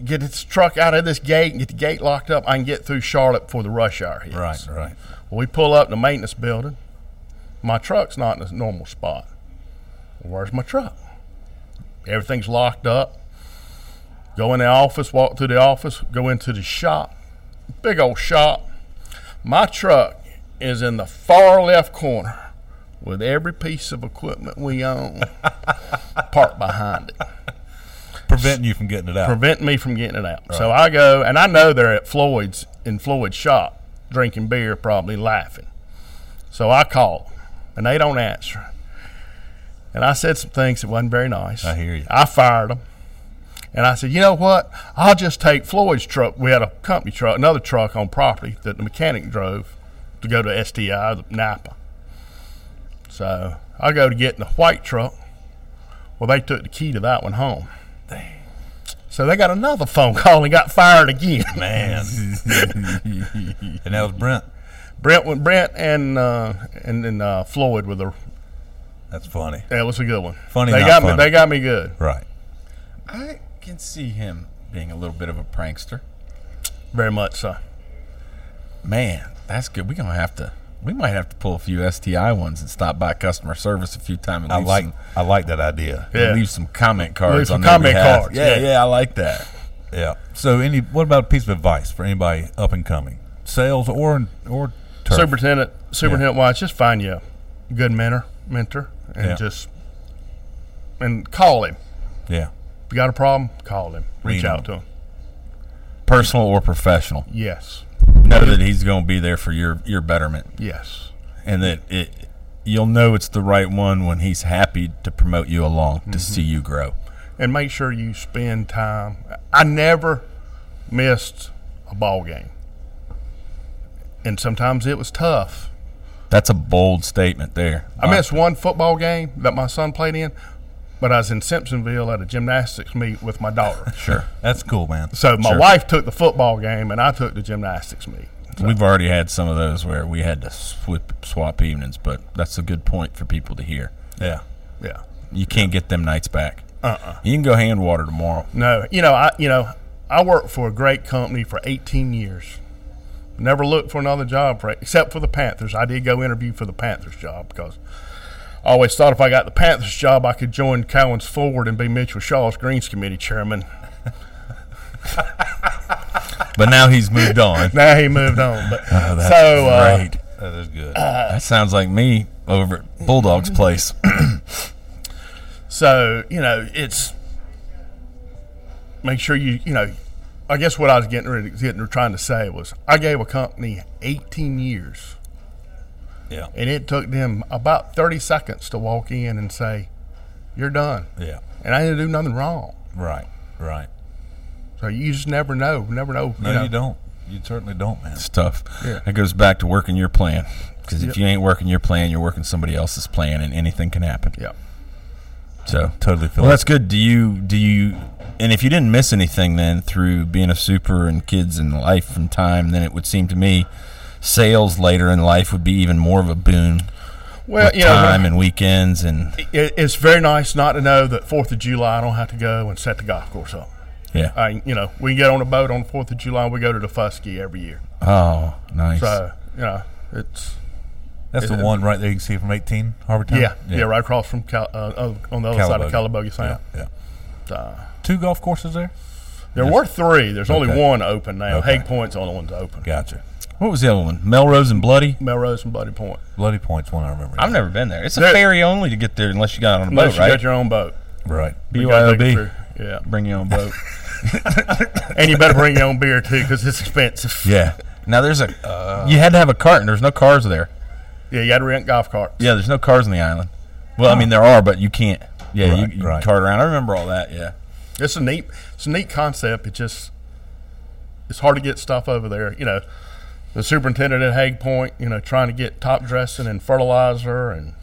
Speaker 6: get this truck out of this gate and get the gate locked up, I can get through Charlotte before the rush hour hits.
Speaker 7: Right, right.
Speaker 6: Well, we pull up in the maintenance building. My truck's not in its normal spot. Well, where's my truck? Everything's locked up. Go in the office, walk through the office, go into the shop. Big old shop. My truck is in the far left corner with every piece of equipment we own parked behind it
Speaker 7: Preventing you from getting it out.
Speaker 6: prevent me from getting it out. So I go, and I know they're at Floyd's in Floyd's shop, drinking beer, probably laughing. So I call, and they don't answer. And I said some things that wasn't very nice.
Speaker 7: I hear you.
Speaker 6: I fired them, and I said, you know what? I'll just take Floyd's truck. We had a company truck, another truck on property that the mechanic drove to go to STI the Napa. So I go to get in the white truck. Well, they took the key to that one home. So they got another phone call and got fired again.
Speaker 7: Man. and that was Brent.
Speaker 6: Brent went Brent and uh, and then uh, Floyd with her.
Speaker 7: That's funny.
Speaker 6: That was a good one.
Speaker 7: Funny,
Speaker 6: They
Speaker 7: not
Speaker 6: got me.
Speaker 7: funny.
Speaker 6: They got me good.
Speaker 7: Right.
Speaker 5: I can see him being a little bit of a prankster.
Speaker 6: Very much so.
Speaker 5: Man, that's good. We're gonna have to. We might have to pull a few STI ones and stop by customer service a few times. And
Speaker 7: I
Speaker 5: leave
Speaker 7: like
Speaker 5: some-
Speaker 7: I like that idea.
Speaker 6: Yeah.
Speaker 5: leave some comment cards
Speaker 6: Leave some
Speaker 5: on their
Speaker 6: comment
Speaker 5: behalf.
Speaker 6: cards,
Speaker 5: Yeah,
Speaker 6: yeah.
Speaker 5: yeah, I like that.
Speaker 7: Yeah. So any what about a piece of advice for anybody up and coming? Sales or or turf?
Speaker 6: Superintendent Superintendent Watts, just find you a good mentor, mentor, and
Speaker 7: Yeah.
Speaker 6: just and call him.
Speaker 7: Yeah.
Speaker 6: If you got a problem, call him. Reach
Speaker 7: Lean
Speaker 6: out
Speaker 7: on.
Speaker 6: to him.
Speaker 5: Personal or professional.
Speaker 6: Yes.
Speaker 5: Know that he's gonna be there for your your betterment.
Speaker 6: Yes.
Speaker 5: and that it you'll know it's the right one when he's happy to promote you along
Speaker 7: Mm-hmm.
Speaker 5: to see you grow.
Speaker 6: and make sure you spend time. I never missed a ball game, and sometimes it was tough.
Speaker 5: That's a bold statement there. Uh,
Speaker 6: I missed one football game that my son played in, but I was in Simpsonville at a gymnastics meet with my daughter.
Speaker 5: Sure.
Speaker 7: That's cool, man.
Speaker 6: So my
Speaker 5: Sure.
Speaker 6: wife took the football game, and I took the gymnastics meet.
Speaker 5: We've already had some of those where we had to swip, swap evenings, but that's a good point for people to hear.
Speaker 7: Yeah.
Speaker 6: Yeah.
Speaker 5: You can't get them nights back. Uh-uh. You can go hand water tomorrow.
Speaker 6: No, you know, I you know, I worked for a great company for 18 years. Never looked for another job for except for the Panthers. I did go interview for the Panthers job because I always thought if I got the Panthers job, I could join Cowan's Forward and be Mitchell Shaw's Greens Committee chairman.
Speaker 5: But now he's moved on.
Speaker 6: Now he moved on, but
Speaker 5: Oh, that's
Speaker 6: so uh,
Speaker 5: great.
Speaker 7: That is good.
Speaker 5: That sounds like me over at Bulldog's place.
Speaker 6: So you know, it's make sure you you know. I guess what I was getting ready, getting trying to say was I gave a company 18 years,
Speaker 7: yeah.
Speaker 6: and it took them about 30 seconds to walk in and say, "You're done,"
Speaker 7: Yeah.
Speaker 6: and I didn't do nothing wrong.
Speaker 7: Right. Right.
Speaker 6: So you just never know, never know.
Speaker 7: No,
Speaker 6: you know.
Speaker 7: you don't. You certainly don't, man.
Speaker 5: It's tough.
Speaker 6: Yeah.
Speaker 5: It goes back to working your plan. Because if you ain't working your plan, you're working somebody else's plan, and anything can happen.
Speaker 6: Yeah.
Speaker 5: So
Speaker 7: Totally feel
Speaker 5: Well,
Speaker 7: it.
Speaker 5: that's good. Do you do you? And if you didn't miss anything then through being a super and kids and life and time, then it would seem to me sales later in life would be even more of a boon
Speaker 6: Well,
Speaker 7: with
Speaker 6: you know,
Speaker 7: time and weekends and
Speaker 6: it, it's very nice not to know that Fourth of July I don't have to go and set the golf course up.
Speaker 7: yeah.
Speaker 6: I, you know, we get on a boat on Fourth of July. We go to the Fusky every year.
Speaker 7: Oh, nice.
Speaker 6: So you know, it's
Speaker 7: That's the one right there you can see from 18 Harbor Town.
Speaker 6: yeah, yeah, right across from Cal, uh, on the other side of Calabogie Sound.
Speaker 7: Yeah,
Speaker 6: Uh,
Speaker 7: yeah. Two golf courses there.
Speaker 6: there were three. There's only
Speaker 7: Okay.
Speaker 6: one open now.
Speaker 7: Okay.
Speaker 6: Hague Point's the only one's open.
Speaker 7: Gotcha. What was the other one? Melrose and Bloody.
Speaker 6: Melrose and Buddy Point.
Speaker 7: Bloody Point's one I remember.
Speaker 5: I've never been there. It's a
Speaker 6: There-
Speaker 5: ferry only to get there unless you got on a
Speaker 6: Unless
Speaker 5: boat,
Speaker 6: you
Speaker 5: right?
Speaker 6: got your own boat.
Speaker 7: right.
Speaker 6: You gotta take it
Speaker 7: BYOB.
Speaker 6: through. Yeah,
Speaker 5: Bring your own boat.
Speaker 6: and you better bring your own beer too, because it's expensive.
Speaker 7: Yeah.
Speaker 5: now there's a. you had to have a cart, and there's no cars there.
Speaker 6: Yeah, you got to rent golf carts.
Speaker 5: Yeah, there's no cars on the island. Well, I mean there are, but you can't. Yeah,
Speaker 7: Right,
Speaker 5: you, you
Speaker 7: right.
Speaker 5: cart around. I remember all that. Yeah.
Speaker 6: It's a neat, it's a neat concept. It just, it's hard to get stuff over there. You know, the superintendent at Hague Point, you know, trying to get top dressing and fertilizer and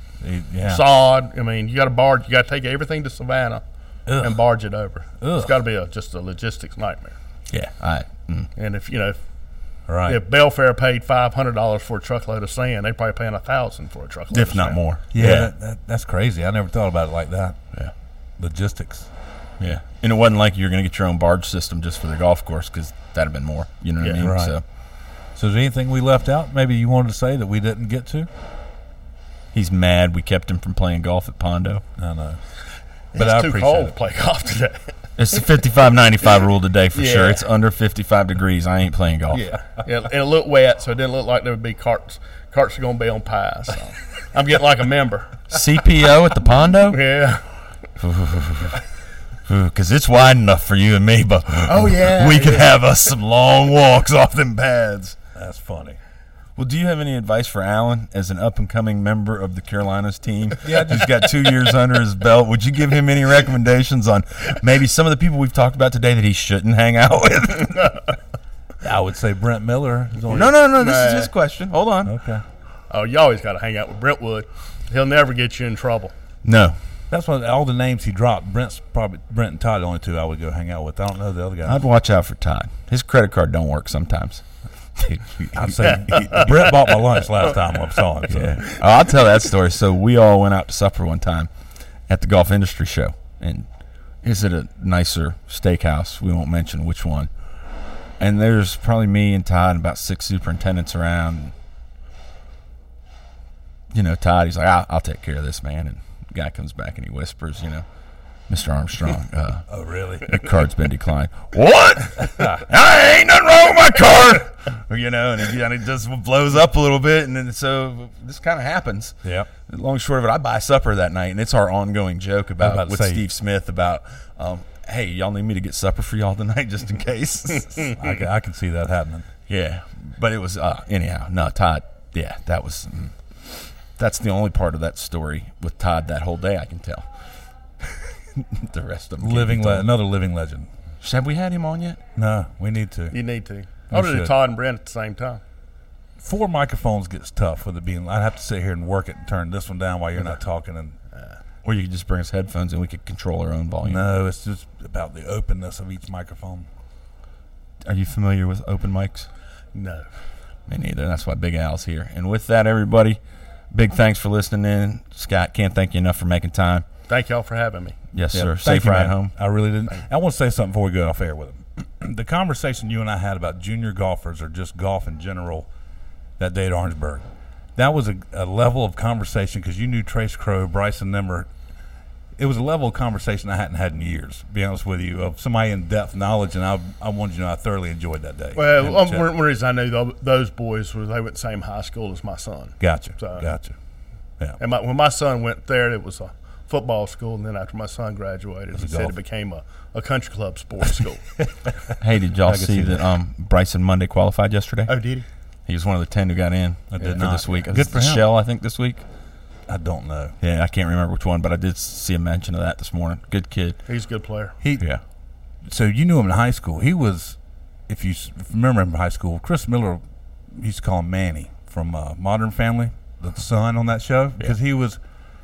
Speaker 7: Yeah.
Speaker 6: sod. I mean, you got to barge. You got to take everything to Savannah and barge it over. It's
Speaker 7: Ugh.
Speaker 6: got to be a, just a logistics nightmare.
Speaker 7: Yeah.
Speaker 5: All right. Mm.
Speaker 6: And if you know, if,
Speaker 7: Right.
Speaker 6: if Belfair paid five hundred dollars for a truckload of sand, they're probably paying a thousand for a truckload,
Speaker 5: If
Speaker 6: of
Speaker 5: not
Speaker 6: sand.
Speaker 5: more.
Speaker 7: Yeah. That, that, that's crazy. I never thought about it like that.
Speaker 6: Yeah.
Speaker 7: Logistics.
Speaker 5: Yeah. And it wasn't like you were going to get your own barge system just for the golf course because that'd have been more. You know what I
Speaker 6: Yeah,
Speaker 5: mean?
Speaker 7: right.
Speaker 5: So
Speaker 7: So is there anything we left out? Maybe you wanted to say that we didn't get to?
Speaker 5: he's mad we kept him from playing golf at Pondo.
Speaker 7: I know.
Speaker 6: It's
Speaker 7: But I
Speaker 6: too
Speaker 7: appreciate
Speaker 6: cold
Speaker 7: it.
Speaker 6: to play golf today.
Speaker 5: It's the 55.95 rule today for sure.
Speaker 6: Yeah.
Speaker 5: It's under 55 degrees. I ain't playing golf.
Speaker 6: Yeah, Yeah, and it looked wet, so it didn't look like there would be carts. Carts are going to be on pies. So. I'm getting like a member.
Speaker 5: CPO at the Pondo?
Speaker 6: Yeah.
Speaker 5: Because it's wide enough for you and me, but oh
Speaker 6: yeah,
Speaker 5: we could have us some long walks off them pads.
Speaker 7: That's funny.
Speaker 5: Well, do you have any advice for Alan as an up and coming member of the Carolinas team? Yeah, he's got two years under his belt. Would you give him any recommendations on maybe some of the people we've talked about today that he shouldn't hang out with?
Speaker 7: I would say Brent Miller is on
Speaker 5: no, no, no. This is
Speaker 6: Nah.
Speaker 5: his question. Hold on.
Speaker 7: Okay.
Speaker 6: Oh, you always got to hang out with Brentwood. He'll never get you in trouble.
Speaker 5: No.
Speaker 7: That's one of the- all the names he dropped. Brent's probably Brent and Todd are the only two I would go hang out with. I don't know the other guy.
Speaker 5: I'd watch out for Todd. His credit card don't work sometimes.
Speaker 7: I'd say Brent bought my lunch last time I saw him. So.
Speaker 5: Yeah. Oh, I'll tell that story. So we all went out to supper one time at the golf industry show, and is it a nicer steakhouse? We won't mention which one. And there's probably me and Todd and about six superintendents around. You know, Todd, he's like, I'll, I'll take care of this, man. And the guy comes back and he whispers, you know, Mr. Armstrong, uh,
Speaker 7: Oh, really?
Speaker 5: your card's been declined. What? I ain't nothing wrong with my card. You know, and it, and it just blows up a little bit, and then so this kind of happens.
Speaker 7: Yep.
Speaker 5: Long and short of it, I buy supper that night, and it's our ongoing joke about,
Speaker 7: about to
Speaker 5: with
Speaker 7: say-
Speaker 5: Steve Smith about, um, hey, y'all need me to get supper for y'all tonight just in case.
Speaker 7: I, ca- I can see that happening.
Speaker 5: yeah, but it was uh, anyhow. No, Todd. Yeah, that was. mm, that's the only part of that story with Todd that whole day I can tell. the rest of them can't
Speaker 7: Living
Speaker 5: be
Speaker 7: le-
Speaker 5: told.
Speaker 7: another living legend.
Speaker 5: Have we had him on yet?
Speaker 7: No, we need to.
Speaker 6: You need to. I would
Speaker 7: should.
Speaker 6: have Todd and Brent at the same time.
Speaker 7: Four microphones gets tough with it being. I'd have to sit here and work it and turn this one down while you're not talking. And
Speaker 5: Or you could just bring us headphones and we could control our own volume.
Speaker 7: no, it's just about the openness of each microphone.
Speaker 5: Are you familiar with open mics?
Speaker 6: No.
Speaker 5: Me neither. That's why Big Al's here. And with that, everybody, big thanks for listening in. Scott, can't thank you enough for making time.
Speaker 6: Thank y'all for having me.
Speaker 5: Yes,
Speaker 7: Yeah,
Speaker 5: sir.
Speaker 7: thank
Speaker 5: Safe
Speaker 7: you,
Speaker 5: ride
Speaker 7: man.
Speaker 5: home.
Speaker 7: I really didn't. I want to say something before we go off air with him. the conversation you and I had about junior golfers or just golf in general that day at Orangeburg, that was a, a level of conversation because you knew Trace Crow, Bryson Nimmer. It was a level of conversation I hadn't had in years, to be honest with you, of somebody in depth knowledge. And I, I wanted you to know I thoroughly enjoyed that day. And
Speaker 6: Well, um,
Speaker 7: chat.
Speaker 6: one reason I knew tho- those boys was they went to the same high school as my son.
Speaker 7: gotcha.
Speaker 6: So-
Speaker 7: Gotcha. Yeah.
Speaker 6: And my, when my son went there, it was a football school. And then after my son graduated, he said
Speaker 7: golf.
Speaker 6: it became a, a country club sports school.
Speaker 5: Hey, did y'all
Speaker 7: can
Speaker 5: see
Speaker 7: see
Speaker 5: that um, Bryson Monday qualified yesterday?
Speaker 6: oh, did he?
Speaker 5: He was one of the 10 who got in
Speaker 7: I did
Speaker 5: for
Speaker 7: not.
Speaker 5: this week.
Speaker 7: Good
Speaker 5: It's
Speaker 7: for
Speaker 5: the
Speaker 7: him.
Speaker 5: Shell, I think, this week.
Speaker 7: I don't know.
Speaker 5: Yeah, I can't remember which one, but I did see a mention of that this morning. Good kid.
Speaker 6: He's a good player.
Speaker 7: He,
Speaker 5: Yeah.
Speaker 7: so you knew him in high school. He was, if you s- if you remember him in high school, Chris Miller he used to call him Manny from uh, Modern Family, the son on that show, because he was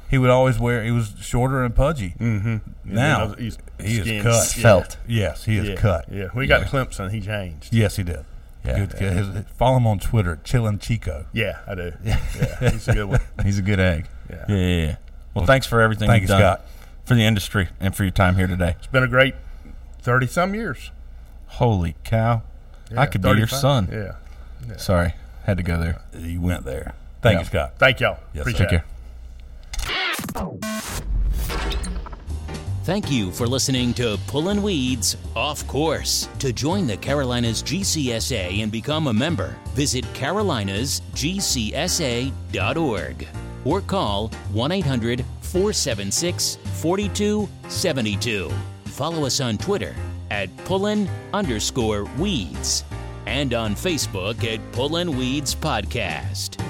Speaker 7: he would always wear he was shorter and pudgy. Mm-hmm. Now
Speaker 6: And he's-
Speaker 7: he is
Speaker 6: skin's-
Speaker 7: cut.
Speaker 6: yeah.
Speaker 5: Felt.
Speaker 7: Yes, he is
Speaker 6: Yeah,
Speaker 7: cut.
Speaker 6: Yeah, we got to Clemson. He changed.
Speaker 7: Yes, he did.
Speaker 5: Yeah.
Speaker 7: Good kid. His- follow him on Twitter, Chillin Chico.
Speaker 6: Yeah, I do. Yeah, he's a good one.
Speaker 5: He's a good egg.
Speaker 6: Yeah.
Speaker 5: Yeah, yeah, yeah. Well, thanks for everything
Speaker 7: thank
Speaker 5: you've
Speaker 7: you,
Speaker 5: done
Speaker 7: Scott.
Speaker 5: for the industry and for your time here today.
Speaker 6: It's been a great thirty some years.
Speaker 5: Holy cow. I
Speaker 6: Yeah,
Speaker 5: could be your
Speaker 6: 35.
Speaker 5: son.
Speaker 6: Yeah.
Speaker 5: Sorry. Had to go there.
Speaker 7: You went there. Thank you,
Speaker 5: Yeah.
Speaker 7: Scott.
Speaker 6: Thank y'all.
Speaker 7: Yes, sir.
Speaker 6: Appreciate
Speaker 5: Take
Speaker 6: it.
Speaker 5: care.
Speaker 2: Thank you for listening to Pullin' Weeds Off Course. To join the Carolinas GCSA and become a member, visit carolinasgcsa.org or call 1 800 476 4272. Follow us on Twitter at pullin underscore weeds and on Facebook at Pullin' Weeds Podcast.